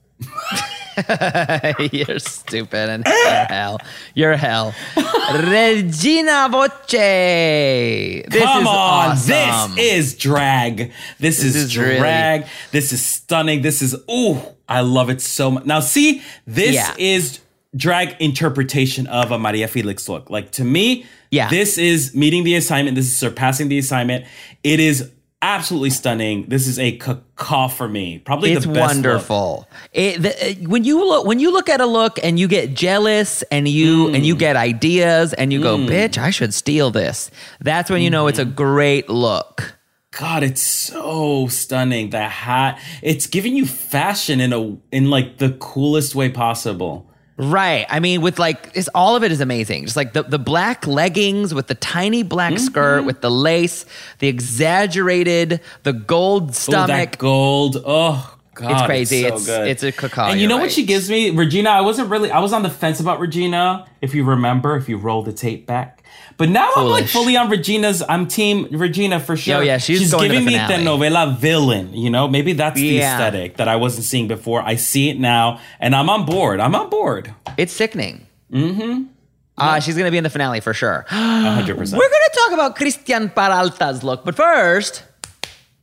Speaker 3: You're stupid and you're hell. You're hell. Regina Voce. This
Speaker 4: Come
Speaker 3: is
Speaker 4: on.
Speaker 3: awesome.
Speaker 4: This is drag. This, is,
Speaker 3: is really-
Speaker 4: drag. This is stunning. This is, ooh, I love it so much. Now, see, this
Speaker 3: Yeah.
Speaker 4: is drag interpretation of a Maria Felix look. Like to me,
Speaker 3: Yeah.
Speaker 4: this is meeting the assignment. This is surpassing the assignment. It is absolutely stunning. This is a caca for me. Probably
Speaker 3: it's
Speaker 4: the best. look.
Speaker 3: wonderful. It, the, it- when you look when you look at a look and you get jealous and you
Speaker 4: Mm.
Speaker 3: and you get ideas and you go, bitch, I should steal this. That's when you know
Speaker 4: Mm-hmm.
Speaker 3: it's a great look.
Speaker 4: God, it's so stunning. The hat. It's giving you fashion in a in like the coolest way possible.
Speaker 3: Right. I mean, with like, it's, all of it is amazing. Just like the, the black leggings with the tiny black
Speaker 4: Mm-hmm.
Speaker 3: skirt, with the lace, the exaggerated, the gold
Speaker 4: Oh,
Speaker 3: stomach.
Speaker 4: that gold. Oh god,
Speaker 3: It's crazy.
Speaker 4: so
Speaker 3: It's-
Speaker 4: good.
Speaker 3: it's a cacao,
Speaker 4: And you
Speaker 3: you're
Speaker 4: know
Speaker 3: right.
Speaker 4: what she gives me, Regina? I wasn't really. I was on the fence about Regina. If you remember, if you roll the tape back, but now I'm like
Speaker 3: Foolish. Oh,
Speaker 4: fully on Regina's. I'm team Regina for sure.
Speaker 3: yeah, she's going to
Speaker 4: giving
Speaker 3: the
Speaker 4: me the
Speaker 3: finale.
Speaker 4: novela villain. You know, maybe that's the
Speaker 3: Yeah.
Speaker 4: aesthetic that I wasn't seeing before. I see it now, and I'm on board. I'm on board.
Speaker 3: it's sickening. Mm-hmm. Uh, she's going to be in the finale for sure. We're
Speaker 4: hundred percent.
Speaker 3: going to talk about Christian Paralta's look, but first,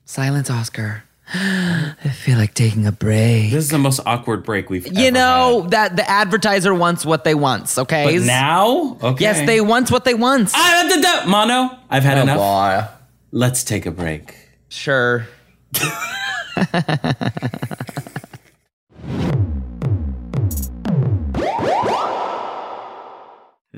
Speaker 3: silence, Oscar. I feel like taking a break.
Speaker 4: This is the most awkward break we've.
Speaker 3: you
Speaker 4: ever
Speaker 3: know
Speaker 4: had.
Speaker 3: that the advertiser wants what they wants, okay?
Speaker 4: But now, okay. Ah,
Speaker 3: yes, they Oh, wants what they wants.
Speaker 4: I did that, Mono. I've had enough.
Speaker 3: Why?
Speaker 4: Let's take a break.
Speaker 3: Sure.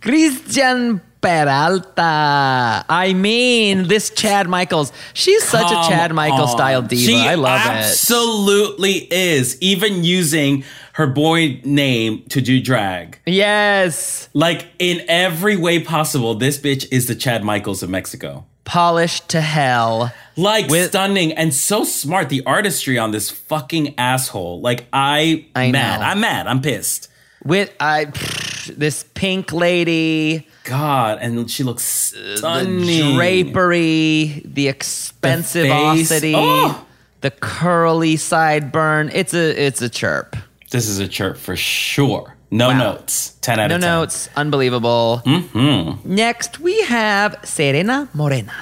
Speaker 3: Christian Peralta. I mean, this Chad Michaels. She's such a Chad
Speaker 4: Come
Speaker 3: Michaels
Speaker 4: on.
Speaker 3: style diva.
Speaker 4: She
Speaker 3: I love it.
Speaker 4: absolutely is. Even using her boy name to do drag.
Speaker 3: Yes.
Speaker 4: Like in every way possible, this bitch is the Chad Michaels of Mexico.
Speaker 3: Polished to hell.
Speaker 4: Like
Speaker 3: With-
Speaker 4: stunning and so smart. The artistry on this fucking asshole. Like I,
Speaker 3: I
Speaker 4: mad.
Speaker 3: know.
Speaker 4: I'm mad. I'm pissed.
Speaker 3: With I pfft, this pink lady,
Speaker 4: God, and she looks stunning.
Speaker 3: the drapery, the expensivosity,
Speaker 4: Oh.
Speaker 3: the curly sideburn. It's a it's a chirp.
Speaker 4: This is a chirp for sure. No notes. Ten out
Speaker 3: No
Speaker 4: of ten.
Speaker 3: notes, unbelievable.
Speaker 4: Mm-hmm.
Speaker 3: Next we have Serena Morena.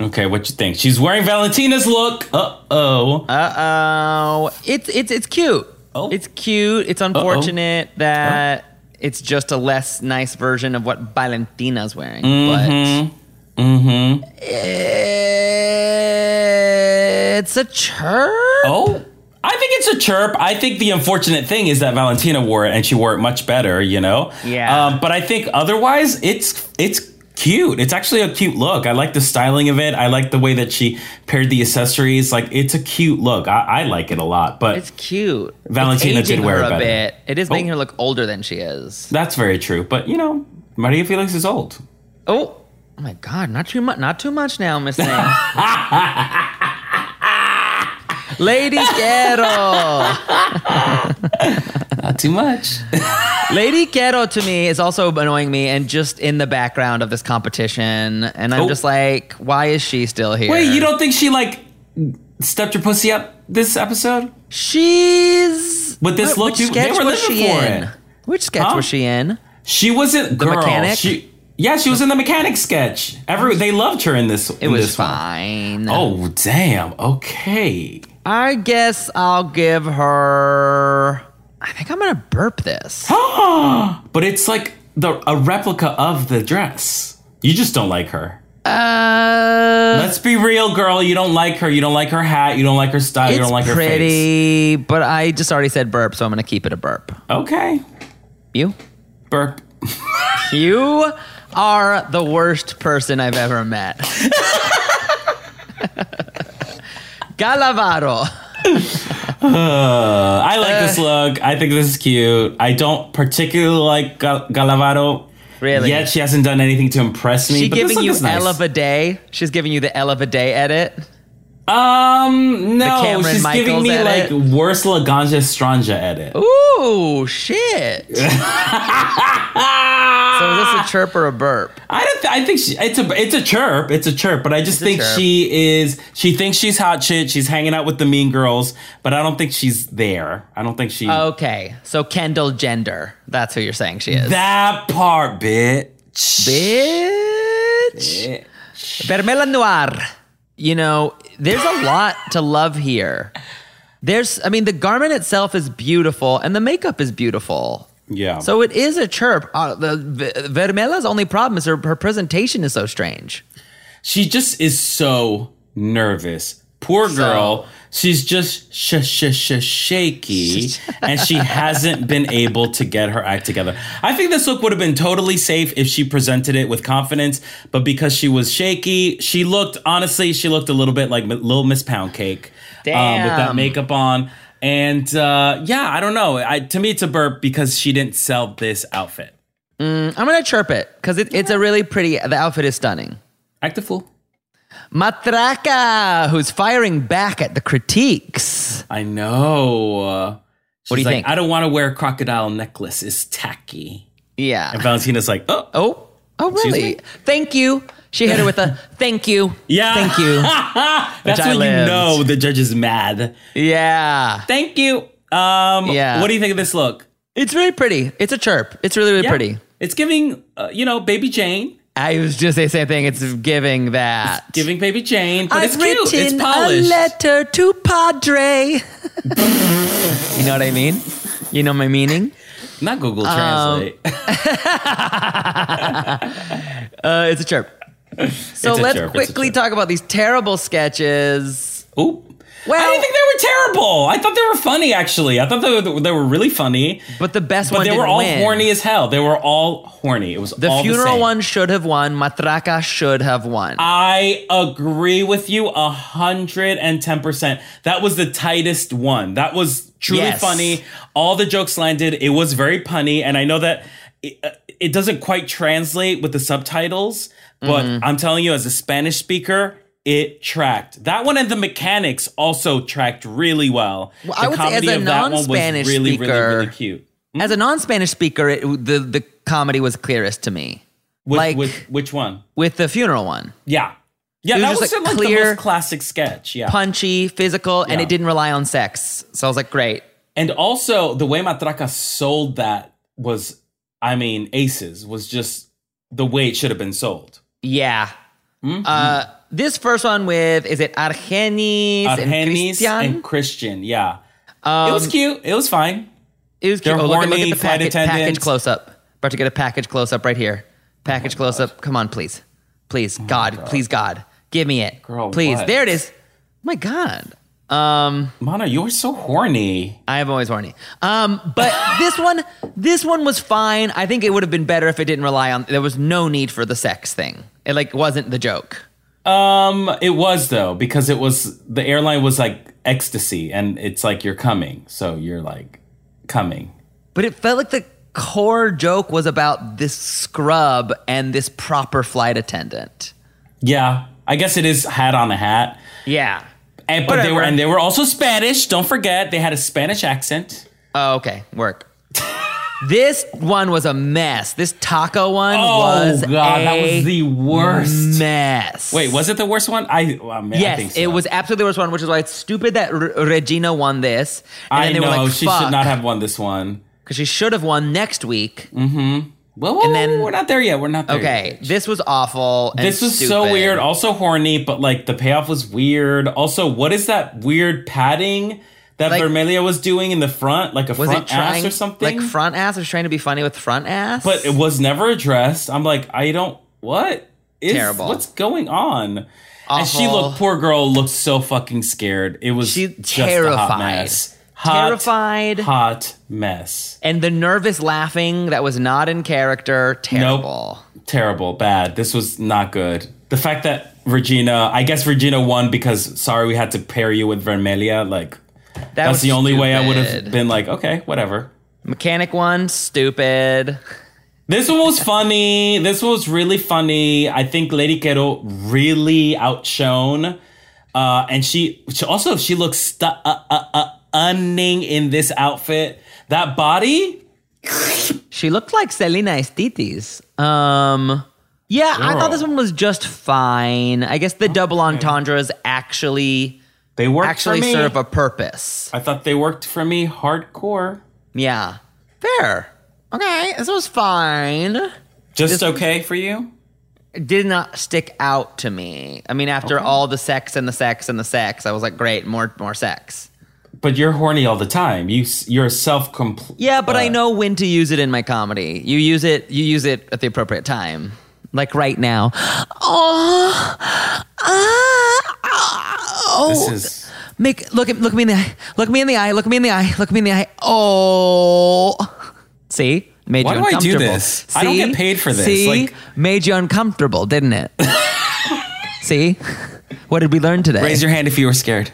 Speaker 4: Okay, what you think? She's wearing Valentina's look. Uh oh.
Speaker 3: Oh, it's it's it's cute.
Speaker 4: Oh.
Speaker 3: It's cute. It's unfortunate that it's just a less nice version of what Valentina's wearing.
Speaker 4: Mm-hmm.
Speaker 3: But it's a church.
Speaker 4: Oh, I think it's a chirp. I think the unfortunate thing is that Valentina wore it and she wore it much better, you know.
Speaker 3: Yeah.
Speaker 4: Um, but I think otherwise, it's it's cute. It's actually a cute look. I like the styling of it. I like the way that she paired the accessories. Like it's a cute look. I, I like it a lot. But
Speaker 3: It's cute. It's
Speaker 4: Valentina did
Speaker 3: aging
Speaker 4: wear
Speaker 3: her
Speaker 4: it
Speaker 3: a
Speaker 4: better.
Speaker 3: bit. It is making
Speaker 4: Oh.
Speaker 3: her look older than she is.
Speaker 4: that's very true. But you know, Maria Felix is old.
Speaker 3: Oh, oh my God! Not too much. Not too much now, Miss Thing. Ladies, quiero.
Speaker 4: Not too much.
Speaker 3: Lady Ghetto to me is also annoying me and just in the background of this competition. And I'm
Speaker 4: Oh.
Speaker 3: just like, why is she still here?
Speaker 4: Wait, you don't think she like stepped her pussy up this episode?
Speaker 3: She's.
Speaker 4: With this look,
Speaker 3: which
Speaker 4: you- they
Speaker 3: sketch
Speaker 4: were
Speaker 3: was
Speaker 4: living
Speaker 3: she
Speaker 4: for
Speaker 3: in?
Speaker 4: it.
Speaker 3: Which sketch
Speaker 4: Huh?
Speaker 3: was she in?
Speaker 4: She wasn't the
Speaker 3: mechanic?
Speaker 4: She, yeah, she was in the mechanic sketch. Every they loved her in this.
Speaker 3: It was fine.
Speaker 4: Oh damn. Okay.
Speaker 3: I guess I'll give her. I think I'm gonna burp this.
Speaker 4: But it's like the a replica of the dress. You just don't like her.
Speaker 3: Uh,
Speaker 4: Let's be real, girl. You don't like her. You don't like her hat. You don't like her style. you
Speaker 3: it's
Speaker 4: don't like her face.
Speaker 3: pretty, but I just already said burp, so I'm gonna keep it a burp.
Speaker 4: Okay.
Speaker 3: You?
Speaker 4: Burp.
Speaker 3: You are the worst person I've ever met. Galavaro.
Speaker 4: Uh, I like this look. I think this is cute. I don't particularly like Gal- Galavaro.
Speaker 3: Really?
Speaker 4: Yet she hasn't done anything to impress me.
Speaker 3: She's
Speaker 4: but this
Speaker 3: giving
Speaker 4: look
Speaker 3: you
Speaker 4: is nice.
Speaker 3: L of a day. She's giving you the L of a day edit.
Speaker 4: Um, no,
Speaker 3: Cameron
Speaker 4: she's giving
Speaker 3: Michaels
Speaker 4: me
Speaker 3: edit?
Speaker 4: like worse Laganja Stranja edit.
Speaker 3: Ooh, shit. so is this a chirp or a burp?
Speaker 4: I don't. Th- I think she, it's a it's a chirp. It's a chirp. But I just
Speaker 3: a
Speaker 4: think
Speaker 3: chirp.
Speaker 4: she is. She thinks she's hot shit. She's hanging out with the mean girls. But I don't think she's there. I don't think she.
Speaker 3: Oh. Okay, so Kendall Gender. That's who you're saying she is.
Speaker 4: that part, bitch.
Speaker 3: Bitch.
Speaker 4: Eh.
Speaker 3: Vermela Noir. You know, there's a lot to love here. There's, I mean, the garment itself is beautiful and the makeup is beautiful.
Speaker 4: Yeah.
Speaker 3: So it is a chirp. Uh, the, Ver- Vermela's only problem is her, her presentation is so strange.
Speaker 4: she just is so nervous. Poor girl. She's just sh- sh- sh- shaky and she hasn't been able to get her act together. I think this look would have been totally safe if she presented it with confidence, but because she was shaky, she looked, honestly, she looked a little bit like M- Little Miss Pound Cake um, with that
Speaker 3: Damn.
Speaker 4: makeup on. And uh, yeah, I don't know. I, to me, it's a burp because she didn't sell this outfit.
Speaker 3: I'm going to chirp it because it, it's a really pretty, the outfit is stunning.
Speaker 4: Act a fool.
Speaker 3: Matraca, who's firing back at the critiques.
Speaker 4: I know.
Speaker 3: What do you
Speaker 4: She's like,
Speaker 3: think?
Speaker 4: I don't want to wear a crocodile necklace. It's tacky.
Speaker 3: yeah.
Speaker 4: And Valentina's like, oh,
Speaker 3: Oh, oh,
Speaker 4: Excuse
Speaker 3: really?
Speaker 4: me?
Speaker 3: Thank you. She hit her with a thank you.
Speaker 4: Yeah.
Speaker 3: Thank you.
Speaker 4: that's
Speaker 3: I
Speaker 4: when you
Speaker 3: lived.
Speaker 4: know the judge is mad.
Speaker 3: Yeah.
Speaker 4: Thank you. Um,
Speaker 3: Yeah.
Speaker 4: What do you think of this look?
Speaker 3: It's really pretty. It's a chirp. It's really, really
Speaker 4: Yeah.
Speaker 3: pretty.
Speaker 4: It's giving, uh, you know, Baby Jane.
Speaker 3: I was just saying the same thing. It's giving that.
Speaker 4: Giving Baby Jane. But it's
Speaker 3: I've
Speaker 4: cute.
Speaker 3: written
Speaker 4: It's polished.
Speaker 3: a letter to Padre. you know what I mean? You know my meaning?
Speaker 4: Not Google
Speaker 3: Um,
Speaker 4: Translate.
Speaker 3: Uh, it's a chirp. So
Speaker 4: It's a
Speaker 3: let's
Speaker 4: chirp, it's a
Speaker 3: quickly
Speaker 4: chirp.
Speaker 3: talk about these terrible sketches.
Speaker 4: Oop. I
Speaker 3: Well-
Speaker 4: didn't think they were terrible. I thought they were funny, actually. I thought they were, they were really funny.
Speaker 3: But the best
Speaker 4: But
Speaker 3: one
Speaker 4: they were
Speaker 3: didn't
Speaker 4: all
Speaker 3: win.
Speaker 4: horny as hell. They were all horny. It was
Speaker 3: The
Speaker 4: all
Speaker 3: funeral
Speaker 4: same. Um,
Speaker 3: one should have won. Matraca should have won.
Speaker 4: I agree with you a hundred and ten percent. That was the tightest one. That was truly
Speaker 3: Yes.
Speaker 4: funny. All the jokes landed. It was very punny, and I know that it, uh, it doesn't quite translate with the subtitles. But
Speaker 3: Mm-hmm.
Speaker 4: I'm telling you, as a Spanish speaker, it tracked. That one and the mechanics also tracked really well.
Speaker 3: Well,
Speaker 4: the
Speaker 3: I would say as a non-Spanish
Speaker 4: really, really, really
Speaker 3: speaker,
Speaker 4: cute.
Speaker 3: As a non-Spanish speaker, it, the the comedy was clearest to me.
Speaker 4: Which,
Speaker 3: like
Speaker 4: which, which one?
Speaker 3: with the funeral one,
Speaker 4: Yeah, yeah.
Speaker 3: It was
Speaker 4: That
Speaker 3: just,
Speaker 4: was
Speaker 3: like,
Speaker 4: like, the
Speaker 3: clear-
Speaker 4: most classic sketch. Yeah.
Speaker 3: punchy, physical, and
Speaker 4: Yeah.
Speaker 3: it didn't rely on sex. So I was like, great.
Speaker 4: And also the way Matraca sold that was, I mean, aces was just the way it should have been sold.
Speaker 3: Yeah.
Speaker 4: Mm-hmm.
Speaker 3: Uh, this first one with is it Argenis, and
Speaker 4: Argenis
Speaker 3: Christian? Um,
Speaker 4: and Christian, yeah. it was cute. It was fine.
Speaker 3: it was cute.
Speaker 4: they're
Speaker 3: Oh, look, at- look
Speaker 4: horny
Speaker 3: at the
Speaker 4: flight
Speaker 3: package, package
Speaker 4: attendants. Oh
Speaker 3: close up. About to get a package close up right here. Package close up. Come on, please, please, God, please, God, give me it,
Speaker 4: Girl,
Speaker 3: please.
Speaker 4: what?
Speaker 3: There it is. Oh my God. Um.
Speaker 4: Mana, you were so horny.
Speaker 3: I am always horny. Um, but this one, this one was fine. I think it would have been better if it didn't rely on. There was no need for the sex thing. It like wasn't the joke.
Speaker 4: Um, it was though because it was the airline was like ecstasy, and it's like you're coming, so you're like coming.
Speaker 3: But it felt like the core joke was about this scrub and this proper flight attendant.
Speaker 4: Yeah, I guess it is hat on a hat.
Speaker 3: Yeah.
Speaker 4: And but they were
Speaker 3: Whatever.
Speaker 4: and they were also Spanish. Don't forget they had a Spanish accent.
Speaker 3: Oh, okay. Work. this one was a mess. This taco one
Speaker 4: Oh
Speaker 3: was
Speaker 4: god,
Speaker 3: a
Speaker 4: that was the worst.
Speaker 3: mess.
Speaker 4: Wait, was it the worst one? I, oh, man, I
Speaker 3: Yes,
Speaker 4: think so.
Speaker 3: it was absolutely the worst one, which is why it's stupid that R- Regina won this. And
Speaker 4: I
Speaker 3: then they
Speaker 4: know
Speaker 3: were like,
Speaker 4: she
Speaker 3: "Fuck."
Speaker 4: should not have Mm. won this one.
Speaker 3: because she should have won next week.
Speaker 4: Well, whoa,
Speaker 3: And
Speaker 4: and
Speaker 3: then-
Speaker 4: we're not there yet. We're not there.
Speaker 3: Okay,
Speaker 4: yet.
Speaker 3: this was awful. and
Speaker 4: This was so
Speaker 3: stupid.
Speaker 4: weird. Also horny, but like the payoff was weird. Also, what is that weird padding that
Speaker 3: Like-
Speaker 4: Vermelia was doing in the front, like a
Speaker 3: Was
Speaker 4: front
Speaker 3: it trying
Speaker 4: ass or something?
Speaker 3: Like front ass was trying to be funny with front ass,
Speaker 4: but it was never addressed. I'm like, I don't. What is
Speaker 3: Terrible.
Speaker 4: What's going on? And she
Speaker 3: Awful.
Speaker 4: looked. Poor girl looked so fucking scared. It was
Speaker 3: She-
Speaker 4: just terrified. A hot
Speaker 3: terrified.
Speaker 4: mess. Hot,
Speaker 3: Terrified.
Speaker 4: Hot mess.
Speaker 3: and the nervous laughing that was not in character. Terrible.
Speaker 4: terrible, bad. This was not good. The fact that Regina, I guess Regina won because sorry we had to pair you with Vermelia. Like
Speaker 3: That
Speaker 4: that's
Speaker 3: was
Speaker 4: the only way I would have
Speaker 3: stupid.
Speaker 4: been like, okay, whatever.
Speaker 3: Mechanic one, stupid.
Speaker 4: This one was funny. This one was really funny. I think Lady Quero really outshone, uh, and she, she also she looks stu- uh, uh, uh, unning in this outfit. That body,
Speaker 3: She looked like Selena Estitis. Um, yeah, I thought this
Speaker 4: Girl.
Speaker 3: one was just fine. I guess the double entendres actually
Speaker 4: they worked
Speaker 3: actually
Speaker 4: for me.
Speaker 3: serve a purpose.
Speaker 4: I thought they worked for me hardcore.
Speaker 3: Yeah. Fair. Okay. This was fine.
Speaker 4: Just okay for you.
Speaker 3: It did not stick out to me. I mean, after all the sex and the sex and the sex, I was like, great, more more sex.
Speaker 4: But you're horny all the time. You s- you're self complete.
Speaker 3: Yeah, but I know when to use it in my comedy. You use it you use it at the appropriate time. Like right now. Oh, ah, oh.
Speaker 4: This is
Speaker 3: Make look at look me in the eye. Look me in the eye. Look me in the eye. Look me in the eye. Oh, see, made
Speaker 4: Why
Speaker 3: you
Speaker 4: do I do
Speaker 3: uncomfortable.
Speaker 4: this? I don't get paid for this,
Speaker 3: See,
Speaker 4: like-
Speaker 3: made you uncomfortable, didn't it? see, what did we learn today?
Speaker 4: raise your hand if you were scared.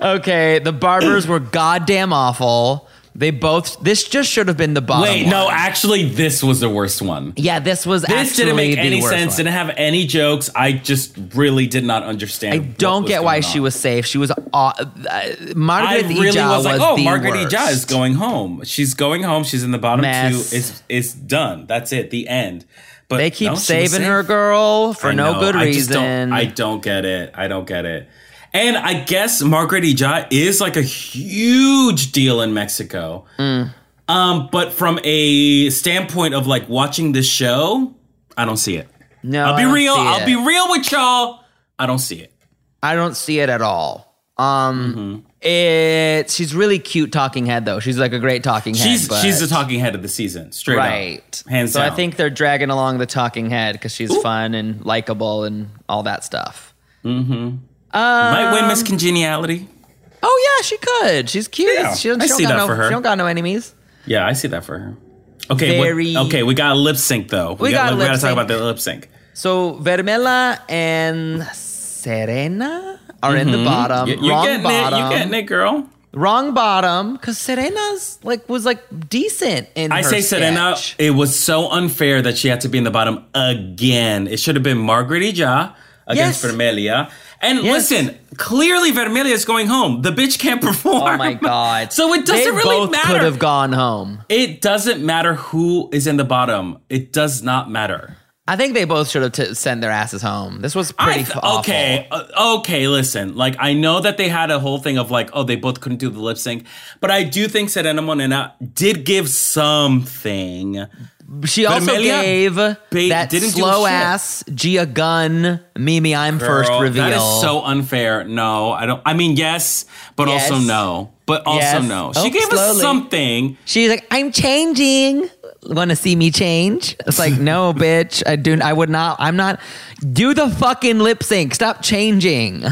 Speaker 3: okay, the barbers were goddamn awful. They both. This just should have been the bottom.
Speaker 4: Wait,
Speaker 3: one.
Speaker 4: no, actually, this was the worst one.
Speaker 3: Yeah, this was.
Speaker 4: This didn't make any sense.
Speaker 3: And
Speaker 4: Didn't have any jokes. I just really did not understand.
Speaker 3: I
Speaker 4: what
Speaker 3: don't
Speaker 4: was
Speaker 3: get why
Speaker 4: going
Speaker 3: she
Speaker 4: on.
Speaker 3: was safe. She was. Uh, uh, Margaret
Speaker 4: I really
Speaker 3: Ejaw
Speaker 4: was like, oh,
Speaker 3: the
Speaker 4: Margaret
Speaker 3: worst.
Speaker 4: Ejaw is going home. She's going home. She's in the bottom
Speaker 3: Mess.
Speaker 4: two. It's it's done. That's it. The end. But
Speaker 3: They keep
Speaker 4: no, she was
Speaker 3: saving
Speaker 4: safe.
Speaker 3: her girl for
Speaker 4: I
Speaker 3: no
Speaker 4: know.
Speaker 3: good
Speaker 4: I just
Speaker 3: reason.
Speaker 4: Don't, I don't get it. I don't get it. And I guess Margaret Ejaw is like a huge deal in Mexico.
Speaker 3: Mm.
Speaker 4: Um, but from a standpoint of like watching this show, I don't see it.
Speaker 3: no,
Speaker 4: I'll
Speaker 3: Oh, I
Speaker 4: be
Speaker 3: don't
Speaker 4: real.
Speaker 3: see
Speaker 4: I'll
Speaker 3: it.
Speaker 4: be real with y'all. I don't see it.
Speaker 3: I don't see it at all. Um,
Speaker 4: Mm-hmm.
Speaker 3: it. She's really cute talking head though. She's like a great talking head.
Speaker 4: She's
Speaker 3: but-
Speaker 4: she's the talking head of the season, straight up.
Speaker 3: right.
Speaker 4: hands
Speaker 3: so I
Speaker 4: down.
Speaker 3: think they're dragging along the talking head because she's fun and likable and all that stuff.
Speaker 4: Might win
Speaker 3: Um,
Speaker 4: Miss Congeniality.
Speaker 3: Oh yeah, she could. She's cute.
Speaker 4: Yeah,
Speaker 3: she, don't-
Speaker 4: I
Speaker 3: she don't
Speaker 4: see
Speaker 3: got
Speaker 4: that
Speaker 3: no,
Speaker 4: for her.
Speaker 3: She don't got no enemies.
Speaker 4: Yeah, I see that for her. Okay, what-
Speaker 3: Very-
Speaker 4: okay, we got a lip sync though.
Speaker 3: We got a
Speaker 4: we
Speaker 3: lip
Speaker 4: got to talk
Speaker 3: sync.
Speaker 4: about the lip sync.
Speaker 3: So Vermela and Serena are in the bottom.
Speaker 4: Mm-hmm. You- You're
Speaker 3: wrong
Speaker 4: getting
Speaker 3: bottom.
Speaker 4: it. You're getting it, girl.
Speaker 3: Wrong bottom. Because Serena's like was like decent in.
Speaker 4: I
Speaker 3: her
Speaker 4: say Serena.
Speaker 3: sketch.
Speaker 4: It was so unfair that she had to be in the bottom again. It should have been Margaret Ija against
Speaker 3: Yes.
Speaker 4: Vermelia. And
Speaker 3: Yes.
Speaker 4: listen, clearly Vermelia is going home. The bitch can't perform.
Speaker 3: Oh my god.
Speaker 4: So it doesn't
Speaker 3: They
Speaker 4: really
Speaker 3: both
Speaker 4: matter.
Speaker 3: Could have gone home.
Speaker 4: It doesn't matter who is in the bottom. It does not matter.
Speaker 3: I think they both should have t- sent their asses home. This was
Speaker 4: I
Speaker 3: pretty
Speaker 4: th-
Speaker 3: awful.
Speaker 4: okay, uh, okay. Listen, like I know that they had a whole thing of like, oh, they both couldn't do the lip sync, but I do think Serena Monena did give something.
Speaker 3: She also
Speaker 4: Amelia
Speaker 3: gave that
Speaker 4: didn't do
Speaker 3: slow
Speaker 4: shit.
Speaker 3: ass Gia Gun Mimi. I'm first
Speaker 4: Girl,
Speaker 3: reveal.
Speaker 4: That is so unfair. No, I don't. I mean, yes, but
Speaker 3: Yes.
Speaker 4: also no. But also
Speaker 3: Yes.
Speaker 4: no.
Speaker 3: Oh,
Speaker 4: She gave us
Speaker 3: slowly.
Speaker 4: something.
Speaker 3: She's like, I'm changing. Want to see me change? It's like, no, bitch. I do. I would not. I'm not. Do the fucking lip sync. Stop changing.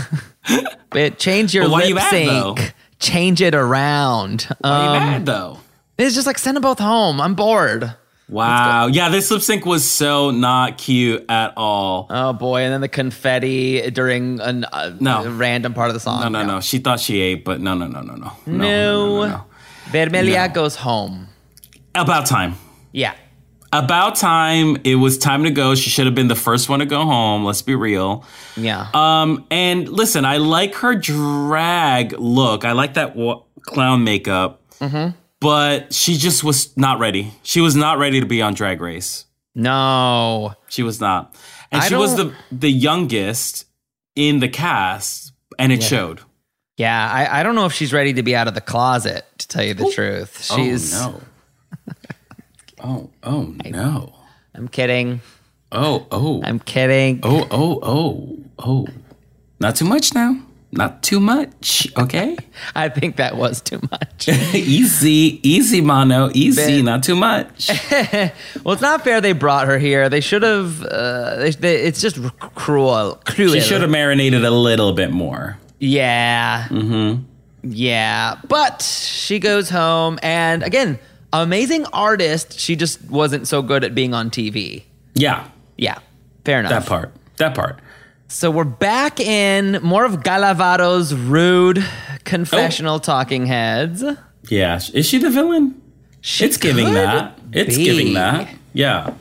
Speaker 3: But change your
Speaker 4: But why you
Speaker 3: lip
Speaker 4: mad,
Speaker 3: sync.
Speaker 4: though?
Speaker 3: change it around.
Speaker 4: Are you
Speaker 3: Um,
Speaker 4: mad though?
Speaker 3: it's just like send them both home. I'm bored.
Speaker 4: Wow. Yeah, this lip sync was so not cute at all.
Speaker 3: Oh boy! And then the confetti during an, uh,
Speaker 4: No.
Speaker 3: a random part of the song.
Speaker 4: No, no, no. She thought she ate, but no, no, no, no, no. No.
Speaker 3: No. Vermelia
Speaker 4: No.
Speaker 3: goes home.
Speaker 4: About time.
Speaker 3: Yeah.
Speaker 4: About time. It was time to go. She should have been the first one to go home. Let's be real.
Speaker 3: Yeah.
Speaker 4: Um, and listen, I like her drag look. I like that wa- clown makeup.
Speaker 3: Mm-hmm.
Speaker 4: But she just was not ready. She was not ready to be on Drag Race.
Speaker 3: no.
Speaker 4: She was not, and
Speaker 3: I
Speaker 4: she was
Speaker 3: don't-
Speaker 4: the the youngest in the cast, and it showed.
Speaker 3: Yeah, I, I don't know if she's ready to be out of the closet, to tell you the truth. She's
Speaker 4: oh no! oh oh no!
Speaker 3: I'm kidding.
Speaker 4: Oh oh
Speaker 3: I'm kidding.
Speaker 4: oh oh oh oh! Not too much now. Not too much. Okay.
Speaker 3: I think that was too much.
Speaker 4: easy, easy, Mono. Easy, not too much.
Speaker 3: well, it's not fair they brought her here. They should have uh, they, they, it's just r- cruel. Cruel.
Speaker 4: She should have marinated a little bit more.
Speaker 3: Yeah. Mhm.
Speaker 4: Mm-hmm.
Speaker 3: Yeah, but she goes home and again, amazing artist, she just wasn't so good at being on TV.
Speaker 4: Yeah,
Speaker 3: Yeah. Fair enough.
Speaker 4: that part. That part.
Speaker 3: So we're back in more of Galavado's rude
Speaker 4: Oh.
Speaker 3: confessional talking heads.
Speaker 4: Yeah. Is she the villain?
Speaker 3: She
Speaker 4: It's giving
Speaker 3: could
Speaker 4: that. It's
Speaker 3: be.
Speaker 4: giving that. Yeah.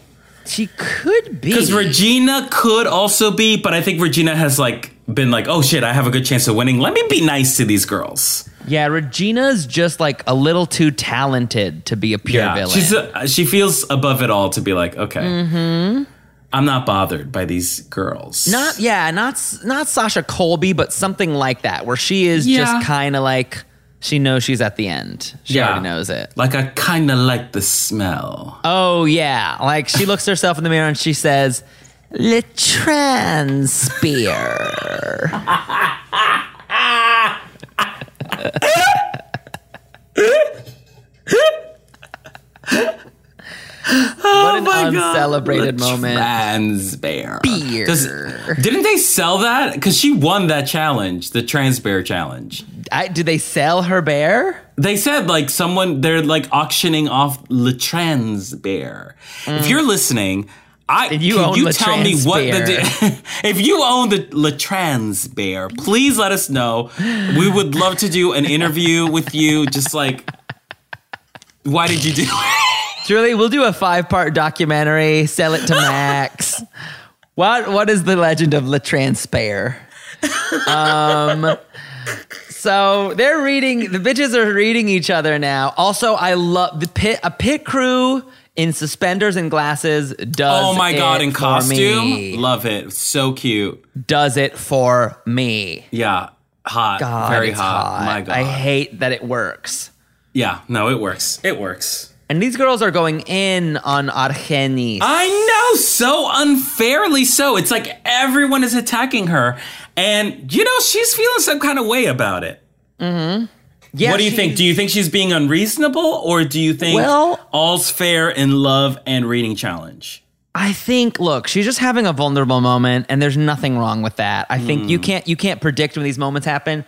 Speaker 3: She could be.
Speaker 4: Because Regina could also be, but I think Regina has like been like, oh shit, I have a good chance of winning. Let me be nice to these girls.
Speaker 3: yeah, Regina's just like a little too talented to be a pure villain.
Speaker 4: She's a, she feels above it all to be like, okay, I'm not bothered by these girls.
Speaker 3: Mm-hmm. not yeah, not s- not Sasha Colby, but something like that, where she is
Speaker 4: Yeah.
Speaker 3: just kind of like she knows she's at the end. She
Speaker 4: Yeah.
Speaker 3: already knows it.
Speaker 4: Like I kind of like the smell.
Speaker 3: Oh yeah, like she looks herself in the mirror and she says, "Le transpire." what an uncelebrated moment.
Speaker 4: Trans bear.
Speaker 3: Beer.
Speaker 4: Does- Didn't they sell that? Because she won that challenge, the trans bear challenge.
Speaker 3: I, did they sell her bear?
Speaker 4: They said like someone they're like auctioning off Le Trans Bear. If you're listening, I
Speaker 3: you
Speaker 4: can
Speaker 3: own
Speaker 4: you
Speaker 3: Le
Speaker 4: tell me
Speaker 3: Trans
Speaker 4: what the
Speaker 3: Bear.
Speaker 4: di- if you own the Le Trans Bear, please let us know. We would love to do an interview with you, just like Why did you do it?
Speaker 3: Julie, we'll do a five-part documentary. Sell it to Max. what What is the legend of Le Transpare? Um, so they're reading. The bitches are reading each other now. Also, I love the pit. A pit crew in suspenders and glasses does.
Speaker 4: Oh my god,
Speaker 3: it
Speaker 4: in
Speaker 3: for
Speaker 4: costume.
Speaker 3: me.
Speaker 4: Love it. So cute.
Speaker 3: does it for me.
Speaker 4: Yeah. Hot.
Speaker 3: God,
Speaker 4: Very
Speaker 3: it's
Speaker 4: hot. My god.
Speaker 3: I hate that it works.
Speaker 4: yeah, no, it works. It works.
Speaker 3: And these girls are going in on Argenis.
Speaker 4: I know, so unfairly so. It's like everyone is attacking her. And you know, she's feeling some kind of way about it.
Speaker 3: Yeah,
Speaker 4: what do you
Speaker 3: she-
Speaker 4: think? Do you think she's being unreasonable or do you think
Speaker 3: Well-
Speaker 4: all's fair in love and reading challenge?
Speaker 3: I think look, she's just having a vulnerable moment and there's nothing wrong with that. I think
Speaker 4: Hmm.
Speaker 3: you can't you can't predict when these moments happen.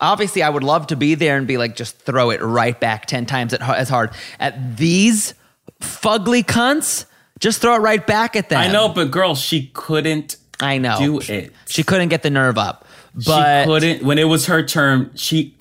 Speaker 3: Obviously, I would love to be there and be like just throw it right back 10 times at, as hard at these fugly cunts. Just throw it right back at them.
Speaker 4: I know, but girl, she couldn't
Speaker 3: I know.
Speaker 4: do it.
Speaker 3: She couldn't get the nerve up. But
Speaker 4: she couldn't when it was her term, she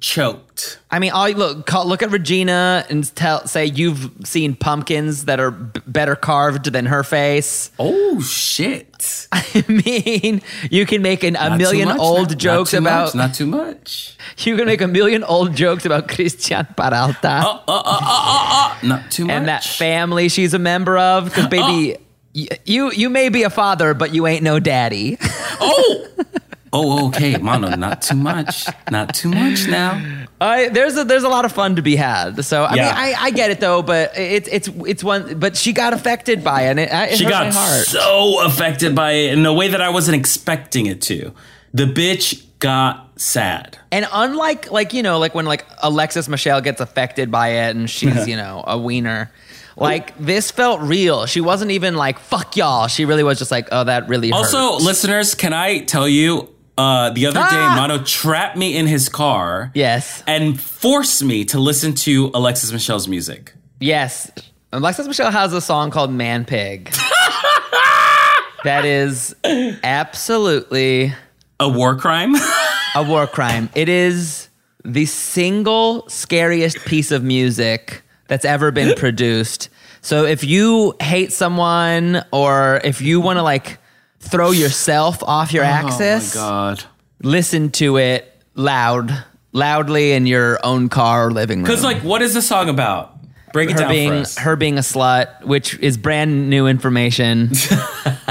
Speaker 4: choked.
Speaker 3: I mean, all look call, look at Regina and tell say you've seen pumpkins that are b- better carved than her face.
Speaker 4: Oh shit.
Speaker 3: I mean, you can make an, a
Speaker 4: Not too
Speaker 3: million
Speaker 4: much,
Speaker 3: old
Speaker 4: not- not
Speaker 3: jokes
Speaker 4: too much,
Speaker 3: about
Speaker 4: not too much.
Speaker 3: you can make a million old jokes about Christian Paralta
Speaker 4: Uh, Not too much.
Speaker 3: and that family she's a member of because
Speaker 4: Uh.
Speaker 3: baby. y You you may be a father, but you ain't no daddy.
Speaker 4: Oh. Oh, okay, Mono. Not too much. Not too much now.
Speaker 3: I, there's a, there's a lot of fun to be had. So I
Speaker 4: Yeah.
Speaker 3: mean, I, I get it though, but it's it's it's one. But she got affected by it. And it, it
Speaker 4: She
Speaker 3: hurt
Speaker 4: got
Speaker 3: my heart.
Speaker 4: so affected by it in a way that I wasn't expecting it to. The bitch got sad.
Speaker 3: And unlike like you know like when like Alexis Michelle gets affected by it and she's you know a wiener, like this felt real. She wasn't even like fuck y'all. She really was just like oh that really.
Speaker 4: Also,
Speaker 3: hurts."
Speaker 4: listeners, can I tell you? Uh, the other
Speaker 3: Ah!
Speaker 4: day, Mono trapped me in his car.
Speaker 3: yes,
Speaker 4: And forced me to listen to Alexis Michelle's music.
Speaker 3: yes. Alexis Michelle has a song called Man Pig. that is absolutely
Speaker 4: A war crime?
Speaker 3: a war crime. It is the single scariest piece of music that's ever been produced. So if you hate someone or if you want to like throw yourself off your axis,
Speaker 4: Oh my god.
Speaker 3: listen to it loud, loudly in your own car or living room.
Speaker 4: Because like, what is the song about? Break it
Speaker 3: her
Speaker 4: down for
Speaker 3: being
Speaker 4: us.
Speaker 3: her being a slut, which is brand new information.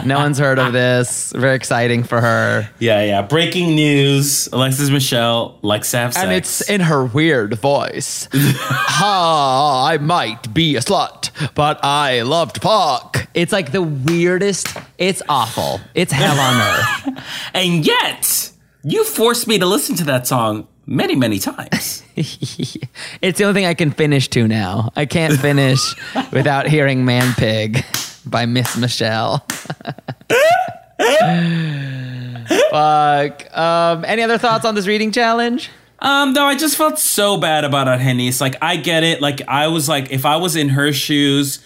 Speaker 3: no one's heard of this. Very exciting for her.
Speaker 4: yeah, yeah. Breaking news: Alexis Michelle likes to have sex.
Speaker 3: And it's in her weird voice. ha, I might be a slut, but I loved fuck. It's like the weirdest. It's awful. It's hell on earth.
Speaker 4: and yet you forced me to listen to that song many, many times.
Speaker 3: It's the only thing I can finish to now. I can't finish without hearing Man Pig by Miss Michelle. fuck. Um, any other thoughts on this reading challenge?
Speaker 4: um, no, I just felt so bad about Henny's. Like, I get it. Like, I was like, if I was in her shoes.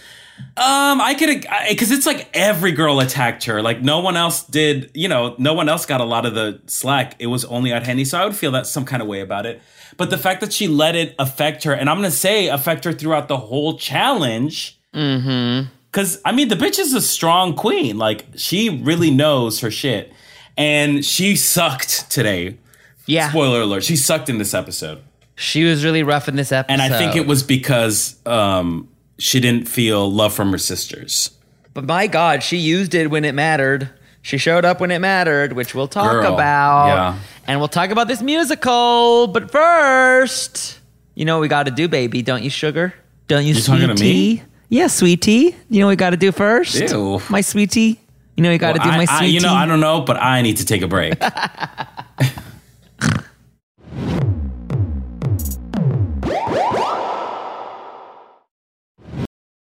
Speaker 4: Um, I could, because it's like every girl attacked her. Like no one else did, you know, no one else got a lot of the slack. It was only at Henny, so I would feel that some kind of way about it. But the fact that she let it affect her, and I'm gonna say affect her throughout the whole challenge. Mm-hmm. Because I mean, the bitch is a strong queen. Like she really knows her shit, and she sucked today.
Speaker 3: Yeah.
Speaker 4: Spoiler alert: she sucked in this episode.
Speaker 3: She was really rough in this episode.
Speaker 4: And I think it was because um, she didn't feel love from her sisters.
Speaker 3: But my God, she used it when it mattered. She showed up when it mattered, which we'll talk
Speaker 4: Girl,
Speaker 3: about.
Speaker 4: yeah.
Speaker 3: And we'll talk about this musical. But first, you know what we got to do, baby? Don't you, sugar? Don't you, sweet
Speaker 4: talking to
Speaker 3: tea?
Speaker 4: me?
Speaker 3: Yeah, sweet tea. You know what we got to do first?
Speaker 4: Ew.
Speaker 3: My sweet tea. You know what we got to do,
Speaker 4: I,
Speaker 3: my
Speaker 4: I-
Speaker 3: sweet
Speaker 4: you know,
Speaker 3: tea?
Speaker 4: I don't know, but I need to take a break.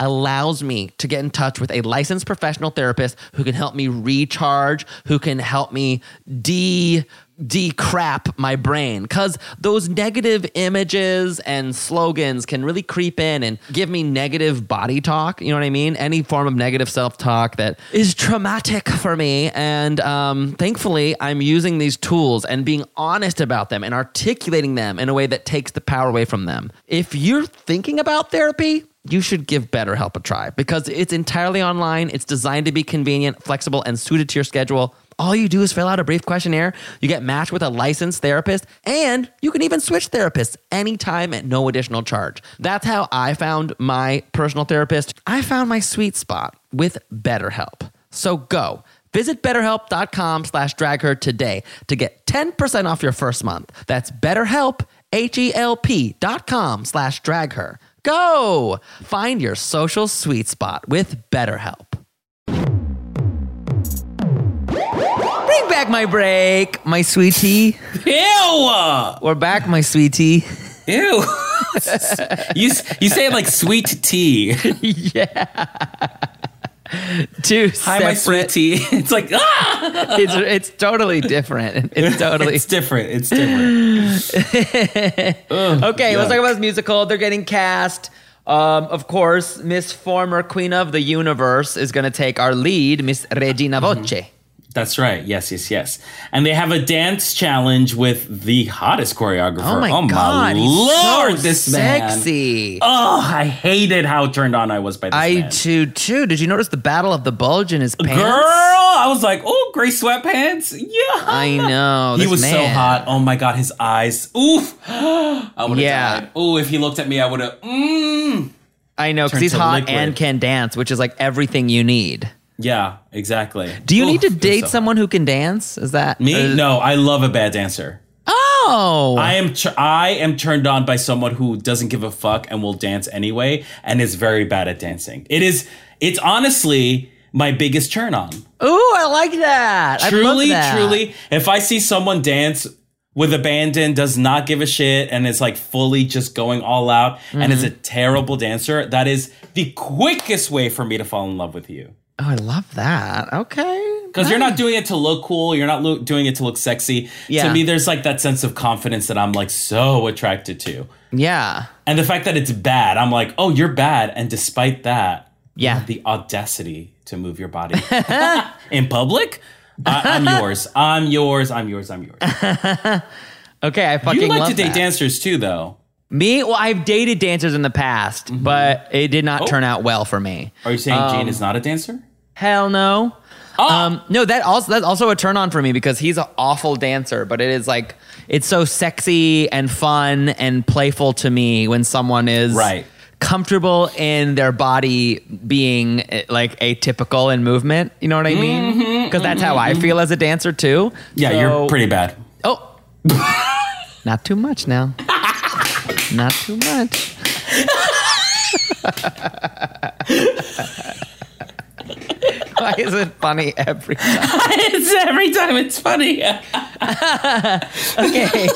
Speaker 3: allows me to get in touch with a licensed professional therapist who can help me recharge, who can help me de decrap my brain cuz those negative images and slogans can really creep in and give me negative body talk, you know what I mean? Any form of negative self-talk that is traumatic for me and um thankfully I'm using these tools and being honest about them and articulating them in a way that takes the power away from them. If you're thinking about therapy, you should give BetterHelp a try because it's entirely online. It's designed to be convenient, flexible, and suited to your schedule. All you do is fill out a brief questionnaire, you get matched with a licensed therapist, and you can even switch therapists anytime at no additional charge. That's how I found my personal therapist. I found my sweet spot with BetterHelp. So go. Visit betterhelp.com slash dragher today to get 10% off your first month. That's betterhelp, H-E-L-P dot com slash dragher. Go! Find your social sweet spot with BetterHelp. Bring back my break, my sweetie.
Speaker 4: Ew!
Speaker 3: We're back, my sweetie.
Speaker 4: Ew! you s- you say it like sweet tea.
Speaker 3: Two
Speaker 4: Hi, my
Speaker 3: separate.
Speaker 4: sweet tea. It's like ah,
Speaker 3: It's, it's totally different. It's totally.
Speaker 4: it's different. It's different.
Speaker 3: Okay, let's
Speaker 4: Yuck.
Speaker 3: talk about this musical. They're getting cast. Um, of course, Miss Former Queen of the Universe is going to take our lead, Miss Regina
Speaker 4: Mm-hmm.
Speaker 3: Voce.
Speaker 4: That's right. Yes, yes, yes. And they have a dance challenge with the hottest choreographer.
Speaker 3: Oh my
Speaker 4: my
Speaker 3: god! he's so
Speaker 4: lord, this man.
Speaker 3: sexy.
Speaker 4: Oh, I hated how turned on I was by this
Speaker 3: I
Speaker 4: man.
Speaker 3: too too. Did you notice the battle of the bulge in his pants?
Speaker 4: Girl, I was like, oh, gray sweatpants. Yeah.
Speaker 3: I know.
Speaker 4: He
Speaker 3: this
Speaker 4: was so
Speaker 3: man.
Speaker 4: hot. Oh my god, his eyes. Oof. I would have
Speaker 3: Yeah.
Speaker 4: died. Ooh, if he looked at me, I would have. Mm.
Speaker 3: I know because
Speaker 4: Turned
Speaker 3: he's
Speaker 4: to
Speaker 3: hot
Speaker 4: liquid.
Speaker 3: and can dance, which is like everything you need.
Speaker 4: Yeah, exactly.
Speaker 3: Do you
Speaker 4: Oof,
Speaker 3: need to
Speaker 4: it was
Speaker 3: date
Speaker 4: so-
Speaker 3: someone who can dance? Is that
Speaker 4: Me?
Speaker 3: uh,
Speaker 4: No, I love a bad dancer.
Speaker 3: Oh,
Speaker 4: I am tr- I am turned on by someone who doesn't give a fuck and will dance anyway and is very bad at dancing. It is it's honestly my biggest turn on.
Speaker 3: ooh, I like that. I love
Speaker 4: Truly,
Speaker 3: that.
Speaker 4: truly, if I see someone dance with abandon, does not give a shit, and is like fully just going all out and
Speaker 3: Mm-hmm.
Speaker 4: is a terrible dancer, that is the quickest way for me to fall in love with you.
Speaker 3: Oh, I love that. Okay.
Speaker 4: Because you're not doing it to look cool. You're not lo- doing it to look sexy.
Speaker 3: Yeah.
Speaker 4: To me, there's like that sense of confidence that I'm like so attracted to.
Speaker 3: Yeah.
Speaker 4: And the fact that it's bad, I'm like, oh, you're bad. And despite that, you
Speaker 3: Yeah.
Speaker 4: have the audacity to move your body in public. I- I'm yours. I'm yours. I'm yours. I'm yours.
Speaker 3: Okay, I fucking
Speaker 4: You like
Speaker 3: love
Speaker 4: to date
Speaker 3: that.
Speaker 4: dancers too, though.
Speaker 3: Me? Well, I've dated dancers in the past,
Speaker 4: Mm-hmm.
Speaker 3: but it did
Speaker 4: Oh.
Speaker 3: not turn out well for me.
Speaker 4: Are you saying Gene is not a dancer?
Speaker 3: Hell no.
Speaker 4: Ah.
Speaker 3: Um, no, that also that's also a turn on for me because he's an awful dancer, but it is like it's so sexy and fun and playful to me when someone is
Speaker 4: Right.
Speaker 3: comfortable in their body being eh, like atypical in movement. You know what I mean? Because that's how I feel as a dancer too.
Speaker 4: Mm-hmm, Yeah,
Speaker 3: So-
Speaker 4: you're pretty bad.
Speaker 3: Oh, not too much now. Not too much. Why is it funny every time?
Speaker 4: it's every time it's funny.
Speaker 3: Okay.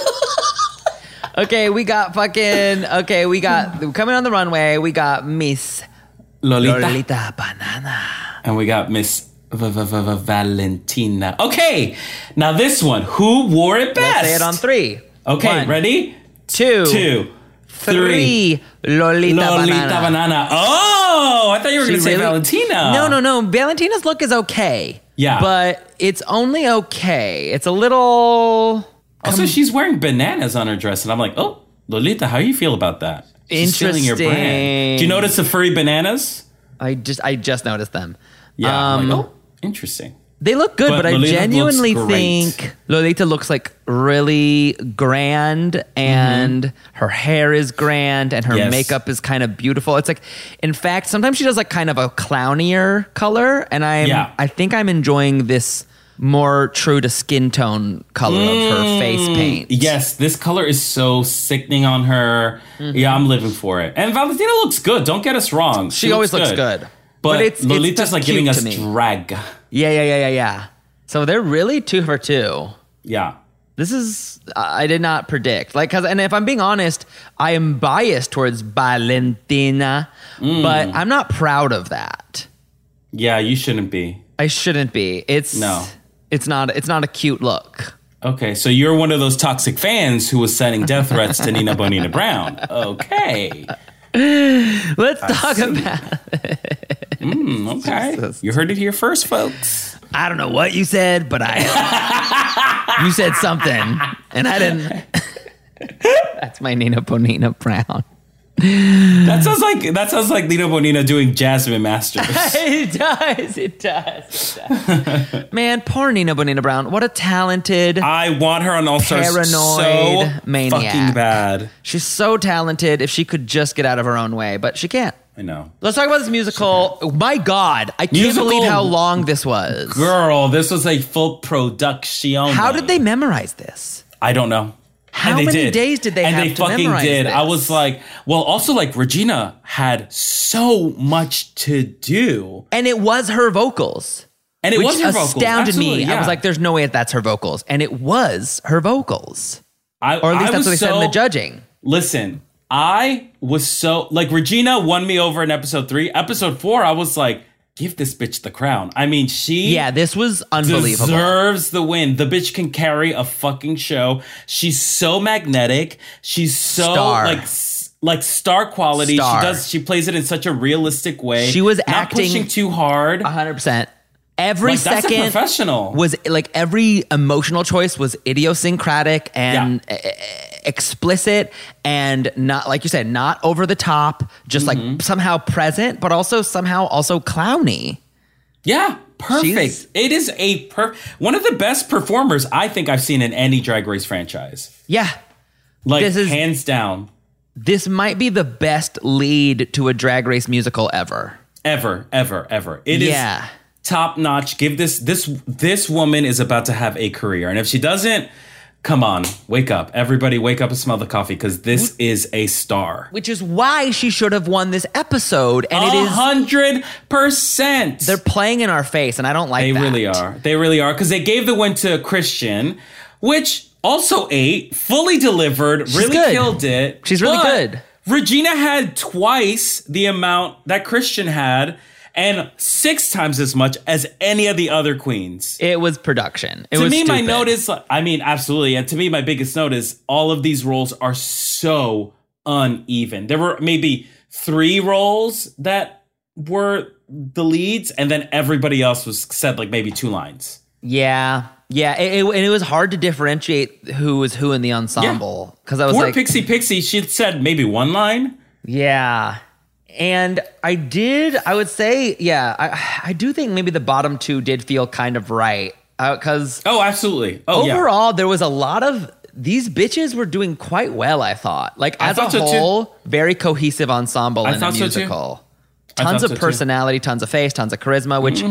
Speaker 3: Okay, we got fucking. Okay, we got coming on the runway. We got Miss
Speaker 4: Lolita.
Speaker 3: Lolita Banana.
Speaker 4: And we got Miss V- V- V- V- Valentina. Okay, now this one. Who wore it best?
Speaker 3: Let's say it on three.
Speaker 4: Okay,
Speaker 3: One,
Speaker 4: ready?
Speaker 3: two,
Speaker 4: Two, three.
Speaker 3: three. Lolita,
Speaker 4: Lolita
Speaker 3: Banana.
Speaker 4: banana. Oh, I thought you were going to
Speaker 3: She
Speaker 4: say
Speaker 3: really-
Speaker 4: Valentina.
Speaker 3: No, no, no. Valentina's look is okay.
Speaker 4: Yeah.
Speaker 3: But it's only okay. It's a little
Speaker 4: Also,
Speaker 3: Um,
Speaker 4: she's wearing bananas on her dress, and I'm like, oh, Lolita, how you feel about that? She's stealing your brand. Do
Speaker 3: Interesting.
Speaker 4: you notice the furry bananas?
Speaker 3: I just I just noticed them.
Speaker 4: Yeah.
Speaker 3: Um,
Speaker 4: I'm like, oh, interesting.
Speaker 3: They look good, but,
Speaker 4: But
Speaker 3: I
Speaker 4: Lolita
Speaker 3: genuinely
Speaker 4: looks great.
Speaker 3: think Lolita looks like really grand and her hair is grand and her
Speaker 4: Mm-hmm. Yes.
Speaker 3: makeup is kind of beautiful. It's like in fact, sometimes she does like kind of a clownier color and I
Speaker 4: Yeah.
Speaker 3: am I think I'm enjoying this more true to skin tone color of her face paint.
Speaker 4: Mm. Yes, this color is so sickening on her.
Speaker 3: Mm-hmm.
Speaker 4: Yeah, I'm living for it. And Valentina looks good. Don't get us wrong.
Speaker 3: She always looks good.
Speaker 4: But,
Speaker 3: But it's- it's
Speaker 4: Lolita's
Speaker 3: just
Speaker 4: like giving
Speaker 3: cute
Speaker 4: us
Speaker 3: to me.
Speaker 4: drag.
Speaker 3: Yeah, yeah, yeah, yeah, yeah. So they're really two for two.
Speaker 4: Yeah.
Speaker 3: This is I I did not predict. Like, cause and if I'm being honest, I am biased towards Valentina, but I'm not proud of that.
Speaker 4: Yeah, you shouldn't be.
Speaker 3: I shouldn't be. It's
Speaker 4: No.
Speaker 3: It's not. It's not a cute look.
Speaker 4: Okay, so you're one of those toxic fans who was sending death threats to Nina Bonina Brown. Okay.
Speaker 3: Let's talk about.
Speaker 4: Mm, Okay. You heard it here first, folks.
Speaker 3: I don't know what you said, but I. you said something, and I didn't. That's my Nina Bonina Brown.
Speaker 4: That sounds like that sounds like Nina Bonina doing Jasmine Masters.
Speaker 3: It does. It does. It does. Man, poor Nina Bonina Brown. What a talented.
Speaker 4: I want her on All Stars so
Speaker 3: Paranoid maniac.
Speaker 4: fucking bad.
Speaker 3: She's so talented if she could just get out of her own way, but she can't.
Speaker 4: I know.
Speaker 3: Let's talk about this musical. Oh, my God, I can't
Speaker 4: Musical-
Speaker 3: believe how long this was.
Speaker 4: Girl, this was a full production.
Speaker 3: How did they memorize this?
Speaker 4: I don't know.
Speaker 3: How
Speaker 4: And they
Speaker 3: many
Speaker 4: did.
Speaker 3: days did they
Speaker 4: and
Speaker 3: have
Speaker 4: they
Speaker 3: to
Speaker 4: fucking
Speaker 3: memorize
Speaker 4: did. I
Speaker 3: this?
Speaker 4: was like, well, also like Regina had so much to do,
Speaker 3: And it was her vocals.
Speaker 4: and it
Speaker 3: which
Speaker 4: was her vocals.
Speaker 3: astounded me.
Speaker 4: Absolutely,
Speaker 3: I was
Speaker 4: yeah.
Speaker 3: like, there's no way that that's her vocals. And it was her vocals.
Speaker 4: I,
Speaker 3: Or at least
Speaker 4: I
Speaker 3: that's
Speaker 4: was
Speaker 3: what they said in
Speaker 4: so-
Speaker 3: the judging.
Speaker 4: Listen, I was so like Regina won me over in episode three. Episode four, I was like, give this bitch the crown. I mean, she
Speaker 3: Yeah, this was unbelievable.
Speaker 4: deserves the win. The bitch can carry a fucking show. She's so magnetic. She's so
Speaker 3: Star.
Speaker 4: like s- like star quality.
Speaker 3: Star.
Speaker 4: She does. She plays it in such a realistic way.
Speaker 3: She was
Speaker 4: not
Speaker 3: acting-
Speaker 4: pushing too hard.
Speaker 3: 100%. Every
Speaker 4: Like, that's a
Speaker 3: second
Speaker 4: professional.
Speaker 3: was like every emotional choice was idiosyncratic and e- e- explicit and not like you said not over the top just
Speaker 4: Mm-hmm.
Speaker 3: like somehow present but also somehow also clowny
Speaker 4: yeah, perfect.
Speaker 3: She's-
Speaker 4: it is a per one of the best performers I think I've seen in any Drag Race franchise.
Speaker 3: yeah
Speaker 4: Like
Speaker 3: This is-
Speaker 4: hands down.
Speaker 3: this might be the best lead to a drag race musical ever
Speaker 4: ever ever ever It is
Speaker 3: Yeah.
Speaker 4: top notch give this this this woman is about to have a career and if she doesn't come on wake up everybody wake up and smell the coffee because this is a star
Speaker 3: which is why she should have won this episode and it
Speaker 4: a
Speaker 3: is
Speaker 4: hundred percent
Speaker 3: they're playing in our face and i don't like
Speaker 4: they
Speaker 3: that
Speaker 4: really are they really are because they gave the win to christian which also ate fully delivered really
Speaker 3: good.
Speaker 4: killed it
Speaker 3: She's really
Speaker 4: But
Speaker 3: good.
Speaker 4: regina had twice the amount that christian had and six times as much as any of the other queens
Speaker 3: it was production it
Speaker 4: to
Speaker 3: was
Speaker 4: me, my
Speaker 3: stupid.
Speaker 4: note is I mean, absolutely. And to me, my biggest note is all of these roles are so uneven. There were maybe three roles that were the leads, and then everybody else was said like maybe two lines.
Speaker 3: Yeah, yeah, it, it, and it was hard to differentiate who was who in the ensemble because I was
Speaker 4: Poor
Speaker 3: like,
Speaker 4: Pixie Pixie, she said maybe one line.
Speaker 3: yeah. And I did, I would say, yeah, I, I do think maybe the bottom two did feel kind of right because
Speaker 4: Oh, absolutely. Oh, yeah.
Speaker 3: overall there was a lot of these bitches were doing quite well. I thought, like
Speaker 4: I
Speaker 3: as
Speaker 4: thought
Speaker 3: a
Speaker 4: so, too.
Speaker 3: whole, very cohesive ensemble in a
Speaker 4: thought so, too.
Speaker 3: musical.
Speaker 4: I
Speaker 3: Tons
Speaker 4: thought
Speaker 3: of
Speaker 4: so, too. Mm-hmm.
Speaker 3: personality, tons of face, tons of charisma, which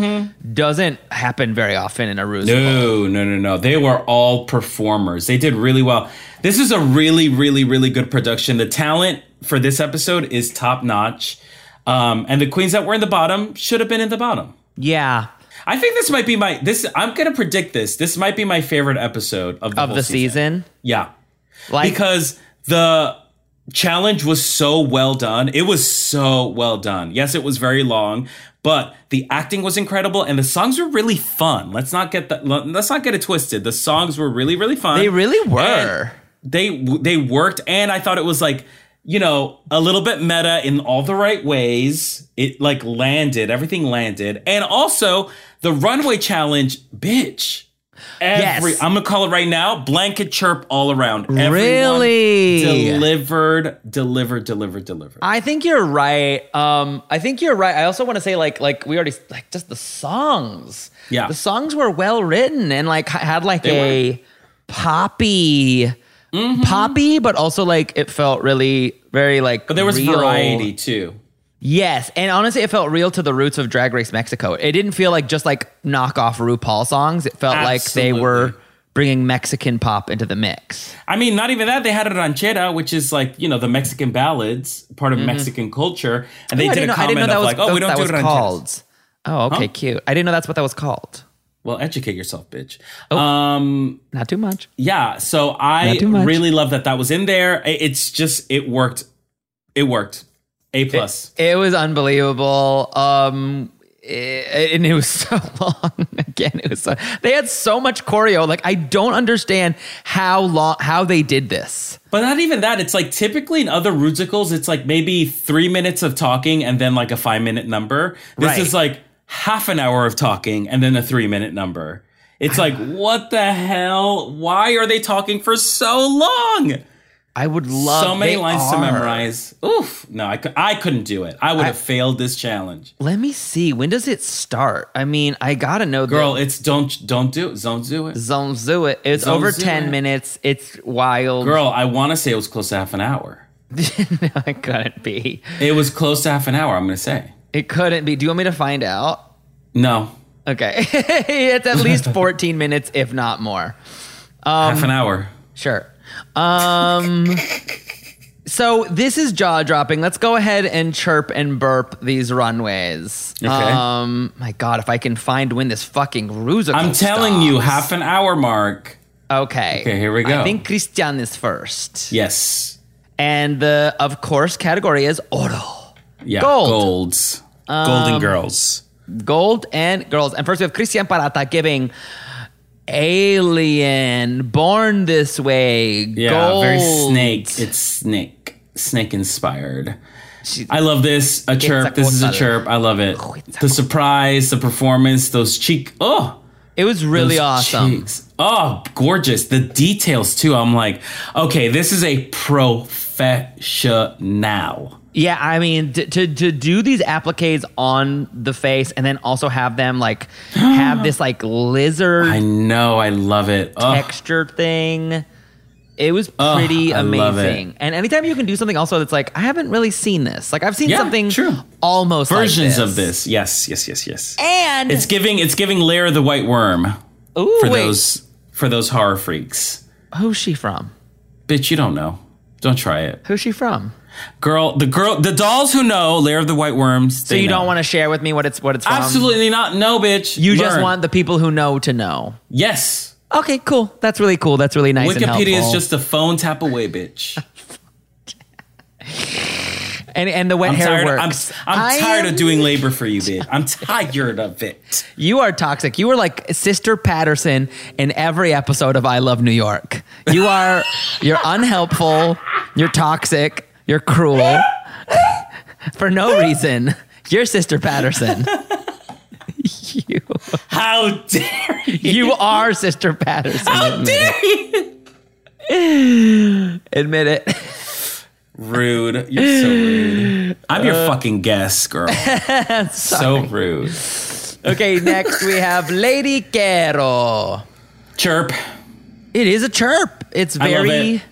Speaker 3: doesn't happen very often in a musical.
Speaker 4: No, no, no, no. They were all performers. They did really well. This is a really, really, really good production. The talent for this episode is top notch. Um, and the queens that were in the bottom should have been in the bottom.
Speaker 3: Yeah,
Speaker 4: I think this might be my this I'm gonna predict this. This might be my favorite episode of the,
Speaker 3: of
Speaker 4: whole
Speaker 3: the season,
Speaker 4: Yeah.
Speaker 3: like
Speaker 4: because the challenge was so well done. It was so well done. Yes, it was very long, but the acting was incredible and the songs were really fun. Let's not get that. Let's not get it twisted. The songs were really, really fun.
Speaker 3: They really were.
Speaker 4: And they they worked, and I thought it was like you know a little bit meta in all the right ways. It like landed. Everything landed, and also the runway challenge, bitch. Every
Speaker 3: Yes.
Speaker 4: I'm gonna call it right now. Blanket chirp all around. Everyone
Speaker 3: Really?
Speaker 4: delivered, delivered, delivered, delivered.
Speaker 3: I think you're right. Um, I think you're right. I also want to say like like we already like just the songs.
Speaker 4: Yeah.
Speaker 3: the songs were well written and like ha- had like a poppy,
Speaker 4: Mm-hmm.
Speaker 3: poppy, but also like it felt really very like.
Speaker 4: but there was
Speaker 3: real.
Speaker 4: variety too.
Speaker 3: Yes, and honestly, it felt real to the roots of Drag Race Mexico. It didn't feel like just like knockoff RuPaul songs. It felt like they were
Speaker 4: Absolutely.
Speaker 3: bringing Mexican pop into the mix.
Speaker 4: I mean, not even that. They had a ranchera, which is like you know the Mexican ballads, part of Mexican culture, and they
Speaker 3: Oh, Mm-hmm. I
Speaker 4: did
Speaker 3: didn't
Speaker 4: a
Speaker 3: know- I
Speaker 4: comment
Speaker 3: didn't know
Speaker 4: of
Speaker 3: that was
Speaker 4: like, "Oh, we don't
Speaker 3: that
Speaker 4: do
Speaker 3: was
Speaker 4: rancheras."
Speaker 3: called. Oh, okay, cute. I didn't know that's what that was called.
Speaker 4: Well, educate yourself, bitch. Um,
Speaker 3: Not too much.
Speaker 4: yeah. So I
Speaker 3: Not too much.
Speaker 4: really love that that was in there. I- It's just it worked. It worked. A plus.
Speaker 3: It was unbelievable. Um, it, and it was so long. Again, it was so, they had so much choreo. Like I don't understand how long how they did this.
Speaker 4: But not even that. It's like typically in other Rudzicles, it's like maybe three minutes of talking and then like a five minute number. This
Speaker 3: Right.
Speaker 4: is like half an hour of talking and then a three minute number. It's like, what the hell? Why are they talking for so long?
Speaker 3: I would love
Speaker 4: so many
Speaker 3: they
Speaker 4: lines to
Speaker 3: are.
Speaker 4: memorize. Oof. No, I, cou- I couldn't do it. I would have failed this challenge.
Speaker 3: Let me see. When does it start? I mean, I gotta know. the-
Speaker 4: Girl, it's don't don't do it. Don't do it.
Speaker 3: Zone zoo it. It's
Speaker 4: Zone
Speaker 3: over
Speaker 4: zoo
Speaker 3: ten
Speaker 4: it.
Speaker 3: minutes. It's wild.
Speaker 4: Girl, I want to say it was close to half an hour.
Speaker 3: it couldn't be.
Speaker 4: It was close to half an hour, I'm going to say.
Speaker 3: It couldn't be. Do you want me to find out?
Speaker 4: No,
Speaker 3: Okay, it's at least fourteen minutes, if not more.
Speaker 4: half
Speaker 3: Um,
Speaker 4: an hour.
Speaker 3: Sure. Um, so this is jaw dropping. Let's go ahead and chirp and burp these runways.
Speaker 4: Okay.
Speaker 3: Um, my God, if I can find when this fucking rusical
Speaker 4: I'm telling you,
Speaker 3: stops.
Speaker 4: half an hour mark.
Speaker 3: Okay.
Speaker 4: Okay, here we go.
Speaker 3: I think Christian is first,
Speaker 4: Yes.
Speaker 3: and the of course category is oro,
Speaker 4: Yeah.
Speaker 3: Gold.
Speaker 4: Golds.
Speaker 3: Um,
Speaker 4: Golden Girls.
Speaker 3: gold, and girls. And first we have Christian Parata giving. Alien, born this way.
Speaker 4: Yeah.
Speaker 3: gold.
Speaker 4: Very snake. It's snake. Snake inspired. I love this. A chirp. This is a
Speaker 3: gozada.
Speaker 4: chirp. I love it.
Speaker 3: it's a
Speaker 4: The surprise, the performance, those cheek. Oh,
Speaker 3: It was really
Speaker 4: those
Speaker 3: awesome.
Speaker 4: cheeks. Oh, gorgeous. The details too. I'm like, okay, this is a professional.
Speaker 3: Yeah, I mean to, to to do these appliques on the face and then also have them like have this like lizard
Speaker 4: I know. I love it. Oh,
Speaker 3: texture thing. It was pretty
Speaker 4: I love it.
Speaker 3: amazing. And anytime you can do something also that's like I haven't really seen this. Like I've seen
Speaker 4: Yeah,
Speaker 3: something
Speaker 4: true.
Speaker 3: almost like
Speaker 4: versions of this. Yes. Yes. Yes. Yes.
Speaker 3: And
Speaker 4: It's giving it's giving Lair the White Worm
Speaker 3: ooh,
Speaker 4: for
Speaker 3: wait,
Speaker 4: those for those horror freaks.
Speaker 3: who's she from?
Speaker 4: Bitch, you don't know. Don't try it.
Speaker 3: Who's she from?
Speaker 4: Girl, the girl the dolls who know Lair of the White Worms.
Speaker 3: So you don't want to share with me what it's what it's from?
Speaker 4: Absolutely not. No, bitch.
Speaker 3: You just
Speaker 4: Learn.
Speaker 3: want the people who know to know.
Speaker 4: Yes.
Speaker 3: Okay, cool. That's really cool. That's really nice. and
Speaker 4: Wikipedia is
Speaker 3: helpful.
Speaker 4: just a phone tap away, bitch.
Speaker 3: and, and the wet
Speaker 4: I'm
Speaker 3: hair
Speaker 4: tired I'm,
Speaker 3: works. I
Speaker 4: I'm tired
Speaker 3: am-
Speaker 4: of doing labor for you, bitch. I'm tired of it.
Speaker 3: You are toxic. You are like Sister Patterson in every episode of I Love New York. You are you're unhelpful, you're toxic, you're cruel for no reason. You're Sister Patterson. you
Speaker 4: How dare you?
Speaker 3: you are Sister Patterson. Admit it. Admit it.
Speaker 4: Rude. You're so rude. I'm your
Speaker 3: Uh.
Speaker 4: fucking guest, girl. so rude.
Speaker 3: Okay, next we have Lady Quero.
Speaker 4: Chirp.
Speaker 3: It is a chirp. It's
Speaker 4: I love
Speaker 3: very
Speaker 4: it.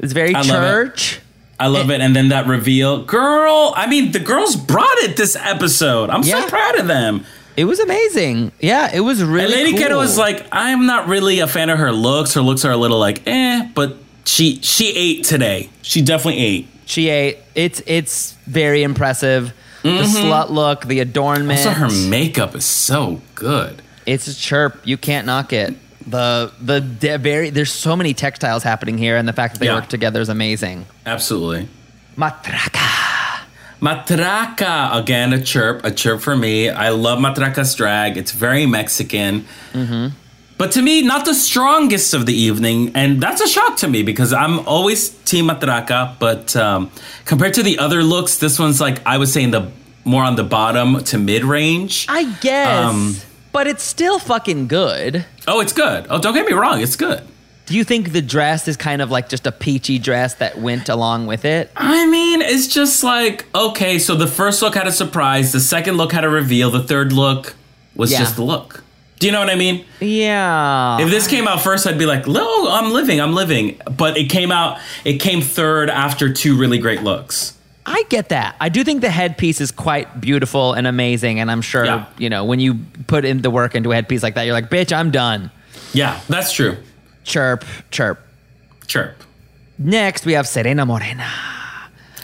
Speaker 3: it's very
Speaker 4: love it.
Speaker 3: church.
Speaker 4: I
Speaker 3: Eh.
Speaker 4: love it. And then that reveal, girl. I mean, the girls brought it this episode. I'm
Speaker 3: Yeah.
Speaker 4: so proud of them.
Speaker 3: It was amazing. Yeah, it was really.
Speaker 4: And Lady
Speaker 3: cool.
Speaker 4: Keta was like, I'm not really a fan of her looks. Her looks are a little like, eh, but she she ate today. She definitely ate.
Speaker 3: she ate. It's it's very impressive. The
Speaker 4: Mm-hmm.
Speaker 3: slut look, the adornment.
Speaker 4: Also, her makeup is so good.
Speaker 3: it's a chirp. You can't knock it. The the de- very there's so many textiles happening here, and the fact that they
Speaker 4: Yeah.
Speaker 3: work together is amazing.
Speaker 4: Absolutely.
Speaker 3: Matraca.
Speaker 4: Matraca again, a chirp, a chirp for me. I love Matraca's drag. It's very Mexican, but to me, not the strongest of the evening, and that's a shock to me because I'm always team Matraca. But um, compared to the other looks, this one's like I was saying the more on the bottom to mid range.
Speaker 3: I guess,
Speaker 4: Um,
Speaker 3: but it's still fucking good.
Speaker 4: Oh, it's good. Oh, don't get me wrong, it's good.
Speaker 3: Do you think the dress is kind of like just a peachy dress that went along with it?
Speaker 4: I mean, it's just like okay. So the first look had a surprise. The second look had a reveal. The third look was
Speaker 3: Yeah.
Speaker 4: just the look. Do you know what I mean?
Speaker 3: Yeah.
Speaker 4: If this came out first, I'd be like, "No, I'm living, I'm living." But it came out, it came third after two really great looks.
Speaker 3: I get that. I do think the headpiece is quite beautiful and amazing, and I'm sure
Speaker 4: Yeah.
Speaker 3: you know when you put in the work into a headpiece like that, you're like, "Bitch, I'm done."
Speaker 4: Yeah, that's true.
Speaker 3: Chirp, chirp.
Speaker 4: Chirp.
Speaker 3: Next, we have Serena Morena.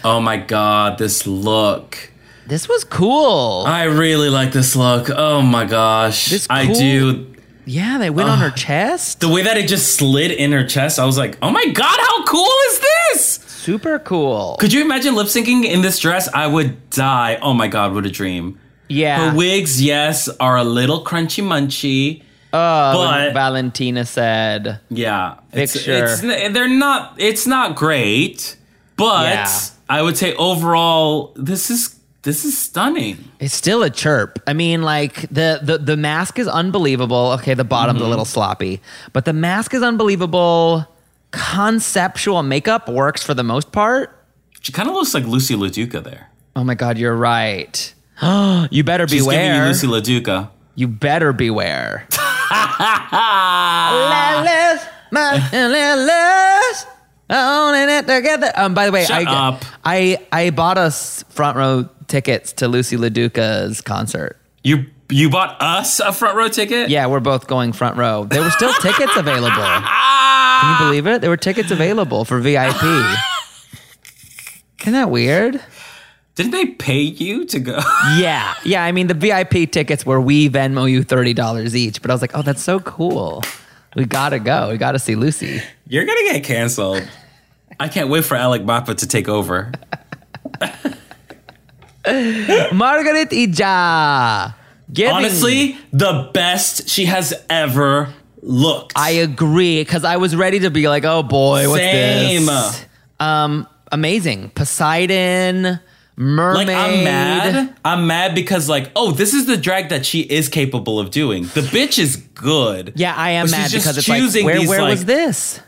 Speaker 4: Oh my god, this look!
Speaker 3: This was cool.
Speaker 4: I really like this look. Oh my gosh,
Speaker 3: This
Speaker 4: I
Speaker 3: cool-
Speaker 4: do.
Speaker 3: yeah, they went on her chest.
Speaker 4: uh, The way that it just slid in her chest, I was like, "Oh my god, how cool is this?"
Speaker 3: Super cool.
Speaker 4: Could you imagine lip syncing in this dress? I would die. Oh my god, what a dream.
Speaker 3: Yeah.
Speaker 4: Her wigs, yes, are a little crunchy munchy.
Speaker 3: Oh,
Speaker 4: but
Speaker 3: Valentina said.
Speaker 4: Yeah, it's,
Speaker 3: Picture.
Speaker 4: it's they're not. It's not great, but
Speaker 3: Yeah.
Speaker 4: I would say overall, this is this is stunning.
Speaker 3: It's still a chirp. I mean, like the the, the mask is unbelievable. Okay, the bottom's
Speaker 4: Mm-hmm.
Speaker 3: a little sloppy, but the mask is unbelievable. Conceptual makeup works for the most part.
Speaker 4: She kind of looks like Lucy LaDuca there.
Speaker 3: Oh my God, you're right. you better
Speaker 4: She's giving you
Speaker 3: beware.
Speaker 4: Lucy LaDuca.
Speaker 3: You better beware. Lilith, my lilith, owning it together. Um, by the way,
Speaker 4: Shut
Speaker 3: I,
Speaker 4: up.
Speaker 3: I I bought us front row tickets to Lucy LaDuca's concert.
Speaker 4: You you bought us a front row ticket.
Speaker 3: Yeah, we're both going front row. There were still tickets available. Can you believe it? There were tickets available for VIP. Isn't that weird?
Speaker 4: Didn't they pay you to go?
Speaker 3: Yeah. Yeah. I mean, the VIP tickets were we Venmo you $30 each, but I was like, oh, that's so cool. We gotta go. We gotta see Lucy.
Speaker 4: You're gonna get canceled. I can't wait for Alec Mappa to take over.
Speaker 3: Margaret Ija. Giving-
Speaker 4: Honestly, the best she has ever looked.
Speaker 3: I agree because I was ready to be like, oh boy, what's
Speaker 4: Same.
Speaker 3: this? Um, amazing. Poseidon, mermaid.
Speaker 4: Like I'm mad. I'm mad because like, oh, this is the drag that she is capable of doing. The bitch is good.
Speaker 3: Yeah, I am
Speaker 4: But she's
Speaker 3: mad
Speaker 4: just
Speaker 3: because it's like,
Speaker 4: choosing
Speaker 3: where,
Speaker 4: these,
Speaker 3: where
Speaker 4: like,
Speaker 3: was this?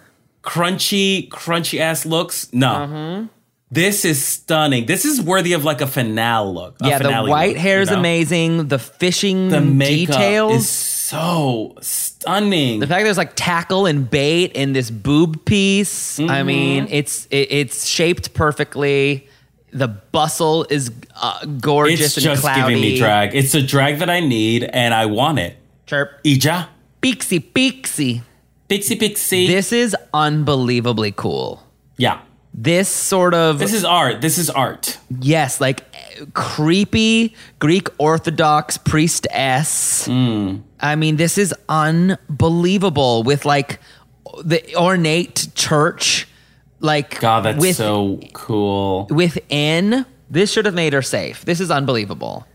Speaker 4: Crunchy, crunchy ass looks. No.
Speaker 3: Mm-hmm.
Speaker 4: This is stunning. This is worthy of like a finale look. a
Speaker 3: Yeah, the
Speaker 4: finale
Speaker 3: white
Speaker 4: look,
Speaker 3: hair
Speaker 4: you
Speaker 3: is
Speaker 4: know?
Speaker 3: amazing. The fishing
Speaker 4: The makeup
Speaker 3: details.
Speaker 4: is so stunning.
Speaker 3: the fact there's like tackle and bait in this boob piece.
Speaker 4: Mm-hmm.
Speaker 3: I mean, it's it, it's shaped perfectly. The bustle is uh, gorgeous
Speaker 4: it's
Speaker 3: and
Speaker 4: just
Speaker 3: cloudy.
Speaker 4: giving me drag. It's a drag that I need and I want it.
Speaker 3: Chirp.
Speaker 4: Ija.
Speaker 3: Pixie, pixie.
Speaker 4: Pixie Pixie.
Speaker 3: This is unbelievably cool.
Speaker 4: yeah.
Speaker 3: This sort of
Speaker 4: This is art. This is art.
Speaker 3: yes, like eh, creepy Greek Orthodox priestess.
Speaker 4: Hmm.
Speaker 3: I mean, this is unbelievable with like the ornate church, like
Speaker 4: God, that's
Speaker 3: with,
Speaker 4: so cool.
Speaker 3: within. This should have made her safe. This is unbelievable.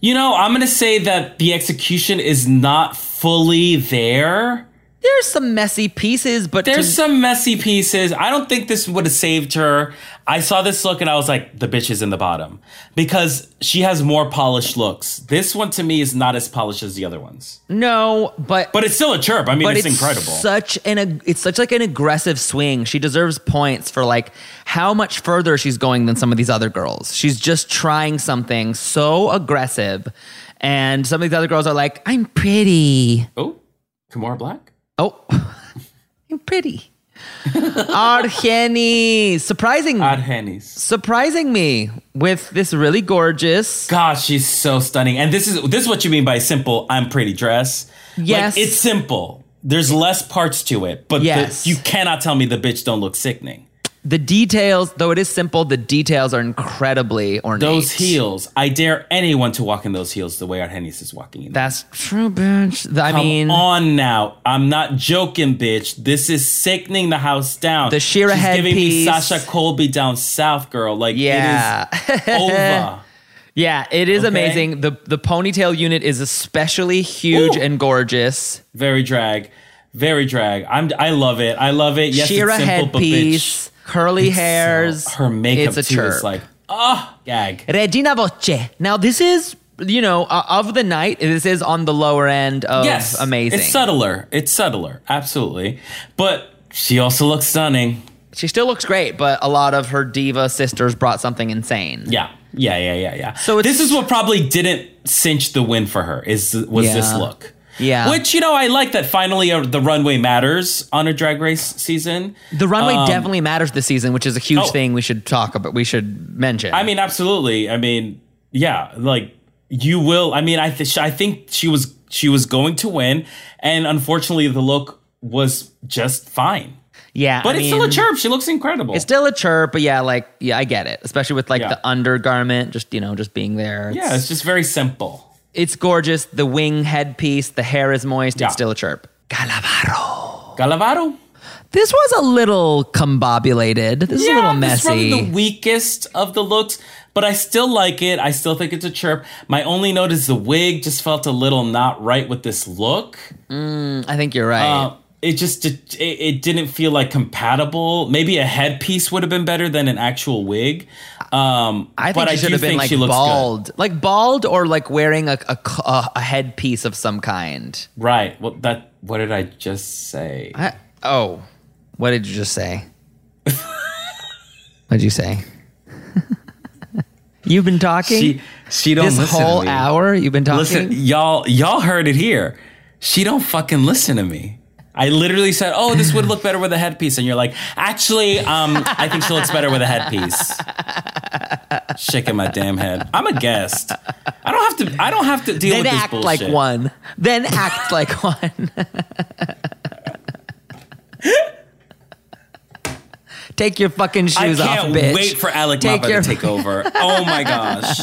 Speaker 4: You know, I'm gonna say that the execution is not fully there.
Speaker 3: There's some messy pieces, but to-
Speaker 4: There's some messy pieces. I don't think this would have saved her. I saw this look and I was like, the bitch is in the bottom because she has more polished looks. This one to me is not as polished as the other ones,
Speaker 3: no, but
Speaker 4: but it's still a chirp. I mean,
Speaker 3: but
Speaker 4: it's, incredible.
Speaker 3: Such an ag- it's such like an aggressive swing. She deserves points for like how much further she's going than some of these other girls. She's just trying something so aggressive, and some of these other girls are like, "I'm pretty."
Speaker 4: oh, Kamora Black.
Speaker 3: Oh, I'm pretty. Argeni, surprising,
Speaker 4: Odd Hennies.
Speaker 3: surprising me with this really gorgeous.
Speaker 4: God, she's so stunning. And this is this is what you mean by simple. I'm pretty dress. Like,
Speaker 3: Yes.
Speaker 4: it's simple. There's less parts to it, but the-
Speaker 3: Yes.
Speaker 4: you cannot tell me the bitch don't look sickening.
Speaker 3: the details, though it is simple, the details are incredibly ornate.
Speaker 4: Those heels. I dare anyone to walk in those heels the way Art Hennis is walking in.
Speaker 3: That's true, bitch. I
Speaker 4: Come
Speaker 3: mean,
Speaker 4: on now. I'm not joking, bitch. This is sickening the house down.
Speaker 3: The Shira
Speaker 4: She's giving me
Speaker 3: headpiece.
Speaker 4: Sasha Colby down south, girl. Like
Speaker 3: yeah.
Speaker 4: it is over.
Speaker 3: Yeah, it is
Speaker 4: Okay.
Speaker 3: amazing. The the ponytail unit is especially huge
Speaker 4: Ooh.
Speaker 3: and gorgeous.
Speaker 4: Very drag. Very drag. I'm I love it. I love it. Yes,
Speaker 3: Shira
Speaker 4: it's simple, but bitch. uh,
Speaker 3: headpiece, curly hairs.
Speaker 4: her
Speaker 3: it's
Speaker 4: makeup
Speaker 3: a
Speaker 4: too
Speaker 3: chirp.
Speaker 4: is like, ah, gag.
Speaker 3: Regina Voce. Now this is you know uh, of the night. This is on the lower end of
Speaker 4: yes.
Speaker 3: amazing.
Speaker 4: It's subtler. It's subtler. Absolutely. But she also looks stunning.
Speaker 3: she still looks great, but a lot of her diva sisters brought something insane.
Speaker 4: Yeah, yeah, yeah, yeah, yeah.
Speaker 3: So
Speaker 4: So
Speaker 3: it's-
Speaker 4: this is what probably didn't cinch the win for her is was
Speaker 3: Yeah.
Speaker 4: this look.
Speaker 3: Yeah.
Speaker 4: which you know I like that finally uh, the runway matters on a drag race season.
Speaker 3: The runway
Speaker 4: Um,
Speaker 3: definitely matters this season, which is a huge
Speaker 4: Oh.
Speaker 3: thing we should talk about. We should mention.
Speaker 4: I mean, absolutely. I mean, yeah, like you will. I mean, I th- I think she was she was going to win, and unfortunately, the look was just fine.
Speaker 3: yeah,
Speaker 4: But
Speaker 3: I
Speaker 4: it's still a
Speaker 3: mean-
Speaker 4: chirp. She looks incredible.
Speaker 3: It's still a chirp, but yeah, like yeah, I get it. Especially with like
Speaker 4: Yeah.
Speaker 3: the undergarment, just you know, just being there. It's,
Speaker 4: yeah, it's just very simple.
Speaker 3: it's gorgeous. The wing headpiece, the hair is moist.
Speaker 4: Yeah.
Speaker 3: It's still a chirp. Calavaro.
Speaker 4: Galavaro.
Speaker 3: This was a little combobulated. This is a little
Speaker 4: this
Speaker 3: messy.
Speaker 4: is probably the weakest of the looks, but I still like it. I still think it's a chirp. My only note is the wig just felt a little not right with this look.
Speaker 3: I think you're right.
Speaker 4: Uh, it just it, it didn't feel like compatible. Maybe a headpiece would have been better than an actual wig. Um,
Speaker 3: I think
Speaker 4: but
Speaker 3: she
Speaker 4: I
Speaker 3: should
Speaker 4: do
Speaker 3: have been
Speaker 4: think
Speaker 3: like
Speaker 4: she looks
Speaker 3: bald, like bald, or like wearing a a, c- a- a headpiece of some kind.
Speaker 4: good. Right. Well, that. What did I just say?
Speaker 3: I, oh, what did you just say? What'd you say? You've been talking.
Speaker 4: She she don't
Speaker 3: this
Speaker 4: listen
Speaker 3: whole
Speaker 4: to me.
Speaker 3: hour you've been talking.
Speaker 4: Listen, y'all, y'all heard it here. She don't fucking listen to me. I literally said, "Oh, this would look better with a headpiece," and you're like, "Actually, um, I think she looks better with a headpiece." Shaking my damn head. I'm a guest. I don't have to. I don't have to deal
Speaker 3: then
Speaker 4: with this
Speaker 3: act
Speaker 4: bullshit.
Speaker 3: like one. Then act like one. Take your fucking
Speaker 4: I
Speaker 3: shoes
Speaker 4: can't
Speaker 3: off, bitch.
Speaker 4: wait for Alec
Speaker 3: Take
Speaker 4: Mappa
Speaker 3: your-
Speaker 4: to take over. Oh my gosh!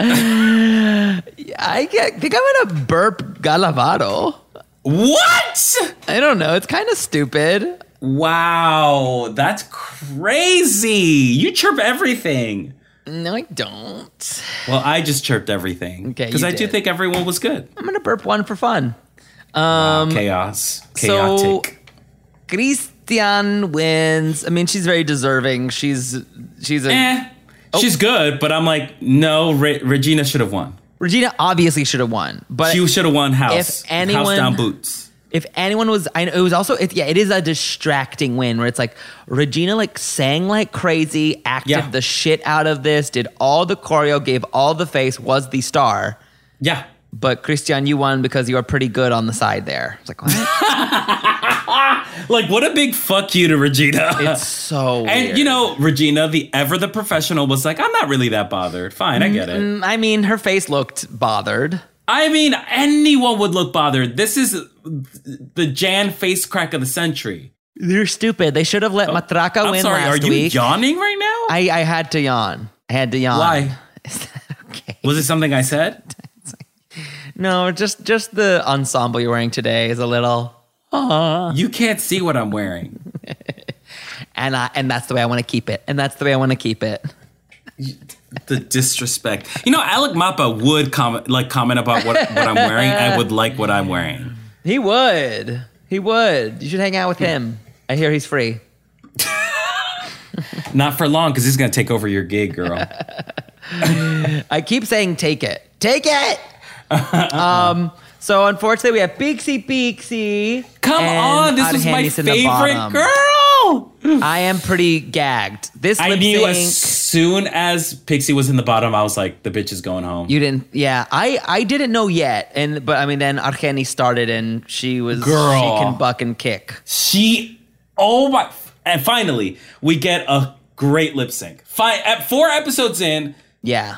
Speaker 3: I get, think I'm gonna burp Galavado.
Speaker 4: What?
Speaker 3: I don't know. It's kind of stupid.
Speaker 4: Wow, that's crazy. You chirp everything.
Speaker 3: No, I don't.
Speaker 4: Well, I just chirped everything
Speaker 3: Okay,
Speaker 4: because
Speaker 3: you
Speaker 4: I do
Speaker 3: did.
Speaker 4: think everyone was good.
Speaker 3: I'm gonna burp one for fun.
Speaker 4: Mm. Chaos, chaotic.
Speaker 3: so- Christian wins. I mean, she's very deserving. She's she's a
Speaker 4: eh,
Speaker 3: Oh.
Speaker 4: she's good, but I'm like, no, Re- Regina should have won.
Speaker 3: Regina obviously should have won, but
Speaker 4: She should have won house.
Speaker 3: If anyone-
Speaker 4: house down boots.
Speaker 3: if anyone was I know it was also it, yeah it is a distracting win where it's like Regina like sang like crazy acted
Speaker 4: Yeah.
Speaker 3: the shit out of this did all the choreo gave all the face was the star
Speaker 4: Yeah.
Speaker 3: but Christian you won because you are pretty good on the side there it's like what?
Speaker 4: Like, what a big fuck you to Regina.
Speaker 3: it's so
Speaker 4: and
Speaker 3: weird.
Speaker 4: you know, Regina, the ever the professional, was like, I'm not really that bothered. Fine, I get it.
Speaker 3: I mean her face looked bothered
Speaker 4: I mean, anyone would look bothered. This is the Jan face crack of the century.
Speaker 3: they're stupid they should have let Matraca
Speaker 4: Oh, I'm
Speaker 3: win
Speaker 4: sorry,
Speaker 3: last
Speaker 4: are you
Speaker 3: week
Speaker 4: yawning right now?
Speaker 3: I I had to yawn I had to yawn
Speaker 4: Why?
Speaker 3: is that okay
Speaker 4: Was it something I said?
Speaker 3: no just just the ensemble you're wearing today is a little. Uh.
Speaker 4: You can't see what I'm wearing.
Speaker 3: and I and that's the way I want to keep it, and that's the way I want to keep it.
Speaker 4: the disrespect. You know, Alec Mappa would comment like comment about what, what I'm wearing. I would like what I'm wearing.
Speaker 3: He would, he would. You should hang out with him. I hear he's free.
Speaker 4: Not for long, because he's gonna take over your gig, girl.
Speaker 3: I keep saying take it, take it. um. So unfortunately, we have Pixie Pixie.
Speaker 4: Come
Speaker 3: and
Speaker 4: on, this
Speaker 3: Odd
Speaker 4: was my
Speaker 3: Handy's in the
Speaker 4: favorite
Speaker 3: bottom.
Speaker 4: girl.
Speaker 3: I am pretty gagged. This
Speaker 4: I
Speaker 3: lip
Speaker 4: knew as
Speaker 3: sync.
Speaker 4: soon as Pixie was in the bottom, I was like, the bitch is going home.
Speaker 3: You didn't, yeah. I I didn't know yet, and but I mean, then Argeni started, and she was
Speaker 4: Girl.
Speaker 3: She can buck and kick.
Speaker 4: she, oh my! And finally, we get a great lip sync. Fine, at four episodes in,
Speaker 3: Yeah,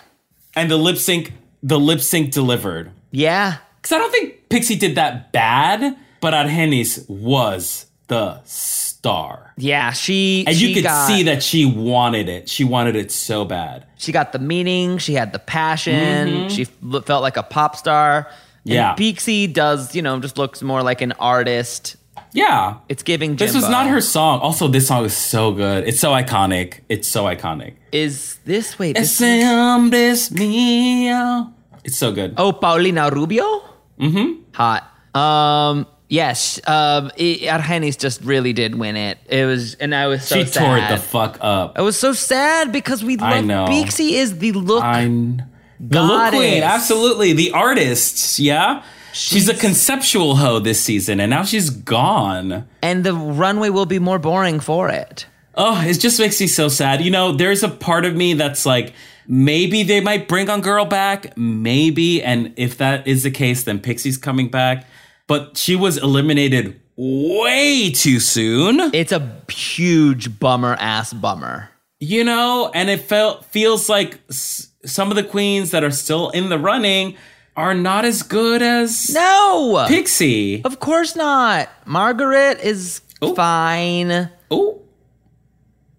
Speaker 4: and the lip sync, the lip sync delivered.
Speaker 3: yeah.
Speaker 4: Because I don't think Pixie did that bad, but Argenis was the star. star.
Speaker 3: Yeah, she
Speaker 4: And
Speaker 3: she
Speaker 4: you could
Speaker 3: got,
Speaker 4: see that she wanted it. She wanted it so bad.
Speaker 3: she got the meaning. She had the passion. She f- felt like a pop star. And
Speaker 4: Mm-hmm. Yeah.
Speaker 3: Beaksy does you know just looks more like an artist.
Speaker 4: Yeah.
Speaker 3: It's giving. Jimbo.
Speaker 4: This was not her song. Also, this song is so good. It's so iconic. It's so iconic.
Speaker 3: Is this wait? This,
Speaker 4: Sam this mio. It's so good.
Speaker 3: oh, Paulina Rubio. Mm-hmm. Hot. Um. Yes. Um. i Argenis just really did win it. It was, and I was so
Speaker 4: she
Speaker 3: sad. Oh,
Speaker 4: tore it the fuck up.
Speaker 3: I was so sad because we
Speaker 4: I
Speaker 3: love
Speaker 4: know.
Speaker 3: Beaksy is the look.
Speaker 4: I'm the look
Speaker 3: Goddess.
Speaker 4: queen. Absolutely. The artist. Yeah. She's a conceptual hoe this season, and now she's gone.
Speaker 3: and the runway will be more boring for it.
Speaker 4: Oh, it just makes me so sad. You know, there's a part of me that's like, maybe they might bring on girl back, maybe. And if that is the case, then Pixie's coming back. But she was eliminated way too soon,
Speaker 3: It's a huge bummer ass bummer.
Speaker 4: you know, and it felt feels like s- some of the queens that are still in the running are not as good as
Speaker 3: No,
Speaker 4: Pixie.
Speaker 3: of course not. Margaret is
Speaker 4: Oh.
Speaker 3: fine.
Speaker 4: Oh,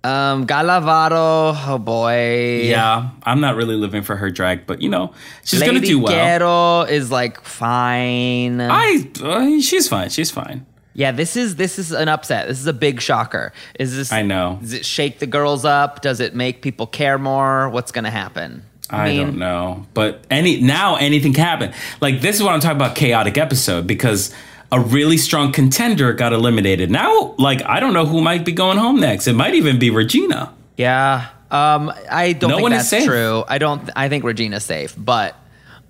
Speaker 3: Um, Galavaro, oh boy.
Speaker 4: yeah, I'm not really living for her drag, but you know, she's gonna
Speaker 3: Lady
Speaker 4: do well.
Speaker 3: Guerrero is like fine.
Speaker 4: I, uh, she's fine. She's fine.
Speaker 3: yeah, this is this is an upset. This is a big shocker. Is this?
Speaker 4: I know.
Speaker 3: Does it shake the girls up? Does it make people care more? What's gonna happen?
Speaker 4: I, don't know, but any now anything can happen. Like this is what I'm talking about chaotic episode because a really strong contender got eliminated. Now, like I don't know who might be going home next. It might even be Regina.
Speaker 3: Yeah. Um, I don't
Speaker 4: No
Speaker 3: think
Speaker 4: one is
Speaker 3: that's
Speaker 4: safe.
Speaker 3: true. I don't. I think Regina's safe, but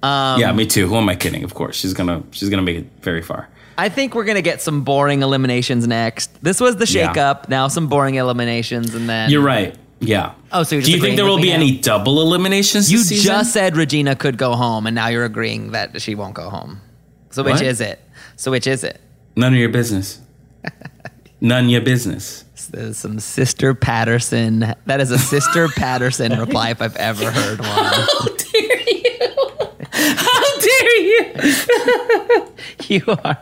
Speaker 3: um,
Speaker 4: yeah, me too. Who am I kidding? Of course, she's gonna she's gonna make it very far.
Speaker 3: I think we're gonna get some boring eliminations next. This was the
Speaker 4: Yeah.
Speaker 3: shakeup. up. Now some boring eliminations, and then
Speaker 4: You're right. Yeah.
Speaker 3: Oh, so you're
Speaker 4: do you
Speaker 3: just agreeing
Speaker 4: think there
Speaker 3: with
Speaker 4: will
Speaker 3: me
Speaker 4: be
Speaker 3: now?
Speaker 4: any double eliminations?
Speaker 3: You
Speaker 4: this season?
Speaker 3: just said Regina could go home, and now you're agreeing that she won't go home. So which
Speaker 4: What?
Speaker 3: is it? So which is it?
Speaker 4: none of your business. none your business.
Speaker 3: There's some sister Patterson. That is a sister Patterson reply if I've ever heard one.
Speaker 4: How dare you?
Speaker 3: You are.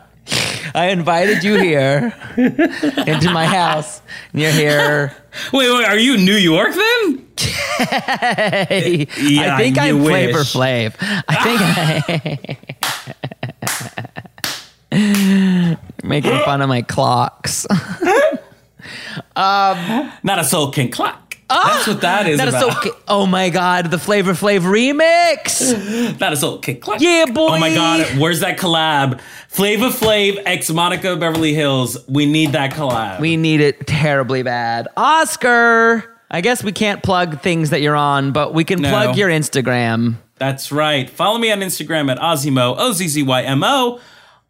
Speaker 3: I invited you here into my house, and you're here.
Speaker 4: Wait, wait. Are you New York then? Yeah,
Speaker 3: I think
Speaker 4: you
Speaker 3: I'm Flavor
Speaker 4: wish.
Speaker 3: Flav. I think I. Making fun of my clocks.
Speaker 4: Not a soul can clock. That's what that is.
Speaker 3: That is so.
Speaker 4: about.
Speaker 3: ki- Oh my god, the Flavor Flav remix.
Speaker 4: Not a soul can clock.
Speaker 3: Yeah, boy.
Speaker 4: Oh my God, where's that collab? Flava Flav ex Monica Beverly Hills. We need that collab.
Speaker 3: We need it terribly bad. Oscar. I guess we can't plug things that you're on, but we can
Speaker 4: No.
Speaker 3: plug your Instagram.
Speaker 4: That's right. Follow me on Instagram at Ozzymo, O Z Z Y M O,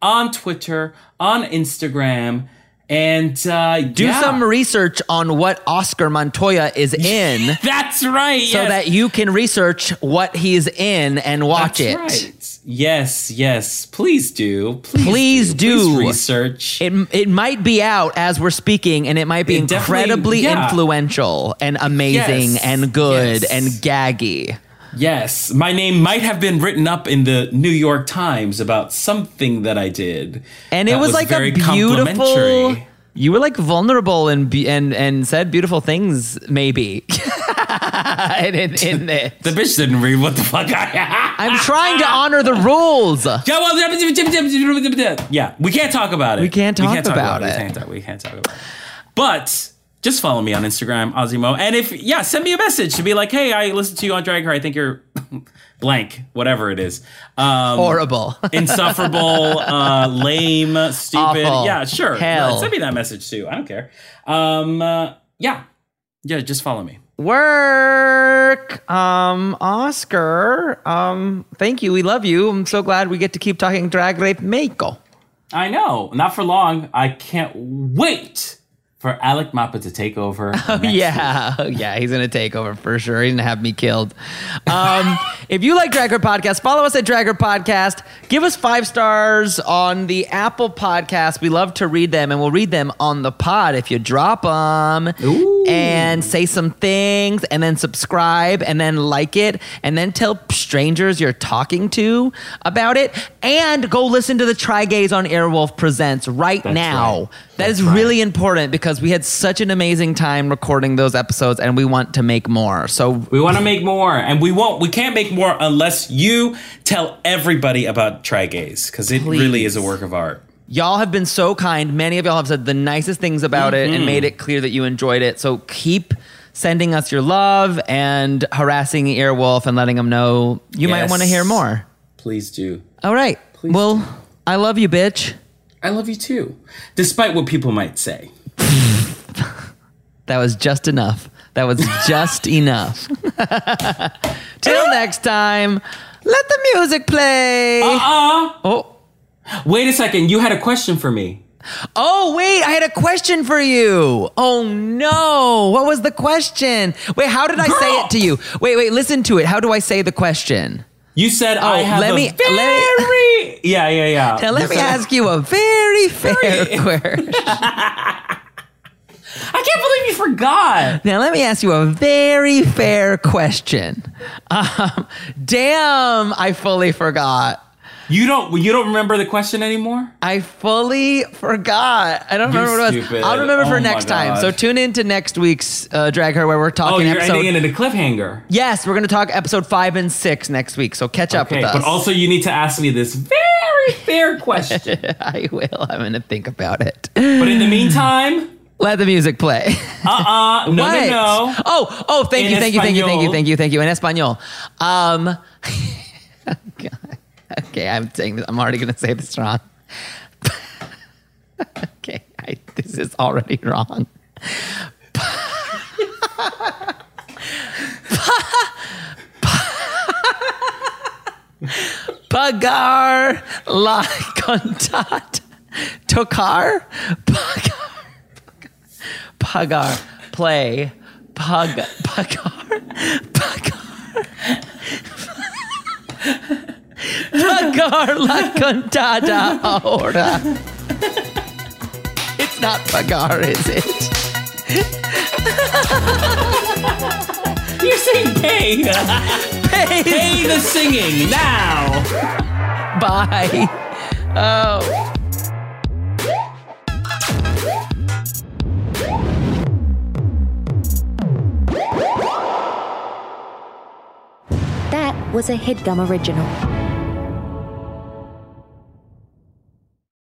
Speaker 4: on Twitter, on Instagram, and uh,
Speaker 3: Do some research on what Oscar Montoya is in.
Speaker 4: That's right.
Speaker 3: so that you can research what he's in and watch
Speaker 4: That's
Speaker 3: it.
Speaker 4: right. Yes, yes. Please do. Please,
Speaker 3: Please do.
Speaker 4: Please research.
Speaker 3: It it might be out as we're speaking, and it might be
Speaker 4: It definitely-
Speaker 3: incredibly
Speaker 4: yeah.
Speaker 3: influential and amazing
Speaker 4: Yes.
Speaker 3: and good
Speaker 4: Yes.
Speaker 3: and gaggy.
Speaker 4: Yes, my name might have been written up in the New York Times about something that I did,
Speaker 3: And it
Speaker 4: That
Speaker 3: was, like a
Speaker 4: very
Speaker 3: beautiful.
Speaker 4: complimentary.
Speaker 3: You were like vulnerable and be, and and said beautiful things, maybe. in, in, in it.
Speaker 4: The bitch didn't read what the fuck I.
Speaker 3: I'm trying to honor the rules.
Speaker 4: Yeah, well, yeah, we can't talk about it.
Speaker 3: We can't talk about it.
Speaker 4: We can't talk. We can't talk about it. But just follow me on Instagram, Ozzymo, and if yeah, send me a message to be like, hey, I listened to you on Drag Her. I think you're blank, whatever it is. Um,
Speaker 3: Horrible.
Speaker 4: insufferable, uh, lame, stupid.
Speaker 3: Awful.
Speaker 4: Yeah, sure.
Speaker 3: Hell.
Speaker 4: Send me that message too. I don't care. Um, uh, yeah, yeah. Just follow me.
Speaker 3: work um oscar um thank you we love you i'm so glad we get to keep talking drag race mexico
Speaker 4: I know. Not for long. I can't wait for Alec Mappa to take over. next
Speaker 3: yeah oh, yeah he's gonna take over for sure he's gonna have me killed um if you like dragger podcast follow us at dragger podcast give us five stars on the apple podcast we love to read them and we'll read them on the pod if you drop them and say some things and then subscribe and then like it and then tell strangers you're talking to about it and go listen to the Try Gays on Airwolf Presents right now. That is really important because we had such an amazing time recording those episodes and we want to make more. So
Speaker 4: We want to make more, and we won't. We can't make more unless you tell everybody about Try Gays because it really is a work of art.
Speaker 3: Y'all have been so kind. Many of y'all have said the nicest things about it and made it clear that you enjoyed it. So keep sending us your love and harassing Earwolf and letting him know you might
Speaker 4: Yes.
Speaker 3: want to hear more.
Speaker 4: Please do.
Speaker 3: All right. well, I love you, bitch.
Speaker 4: I love you too, despite what people might say.
Speaker 3: That was just enough. That was just enough. Till next time, let the music play. Oh.
Speaker 4: Uh-huh. Wait a second. You had a question for me.
Speaker 3: Oh, wait, I had a question for you. Oh, no. What was the question? Wait, how did I say
Speaker 4: Girl!
Speaker 3: it to you? Wait, wait, listen to it. How do I say the question?
Speaker 4: You said "Oh, I have
Speaker 3: let
Speaker 4: a
Speaker 3: me-
Speaker 4: very.
Speaker 3: let
Speaker 4: yeah, yeah, yeah.
Speaker 3: Now, let me ask you a very fair question.
Speaker 4: I can't believe you forgot.
Speaker 3: Now, let me ask you a very fair question. Um, damn, I fully forgot.
Speaker 4: You don't. You don't remember the question anymore.
Speaker 3: I fully forgot. I don't
Speaker 4: You're
Speaker 3: remember what it was.
Speaker 4: stupid.
Speaker 3: I'll remember
Speaker 4: Oh
Speaker 3: for
Speaker 4: my
Speaker 3: next time.
Speaker 4: God.
Speaker 3: So tune in to next week's uh, Drag Her where we're
Speaker 4: Oh,
Speaker 3: talking
Speaker 4: you're
Speaker 3: episode
Speaker 4: ending it in a cliffhanger.
Speaker 3: Yes, we're going to talk episode five and six next week. So catch up
Speaker 4: Okay,
Speaker 3: with us.
Speaker 4: but also you need to ask me this very fair question.
Speaker 3: I will. I'm going to think about it.
Speaker 4: but in the meantime,
Speaker 3: Let the music play.
Speaker 4: uh, no,
Speaker 3: what?
Speaker 4: no, no.
Speaker 3: Oh, oh, thank
Speaker 4: En
Speaker 3: you, thank you, thank you, thank you,
Speaker 4: español.
Speaker 3: thank you, thank you. In Espanol. Um, God. okay, I'm saying this. I'm already going to say this wrong. okay, I, this is already wrong. Pagar la contat tocar pagar pagar play pag pagar pagar pagar la contada ahora. It's not pagar, is it?
Speaker 4: You're saying pay. pay the singing now.
Speaker 3: Bye. Oh.
Speaker 5: That was a headgum original.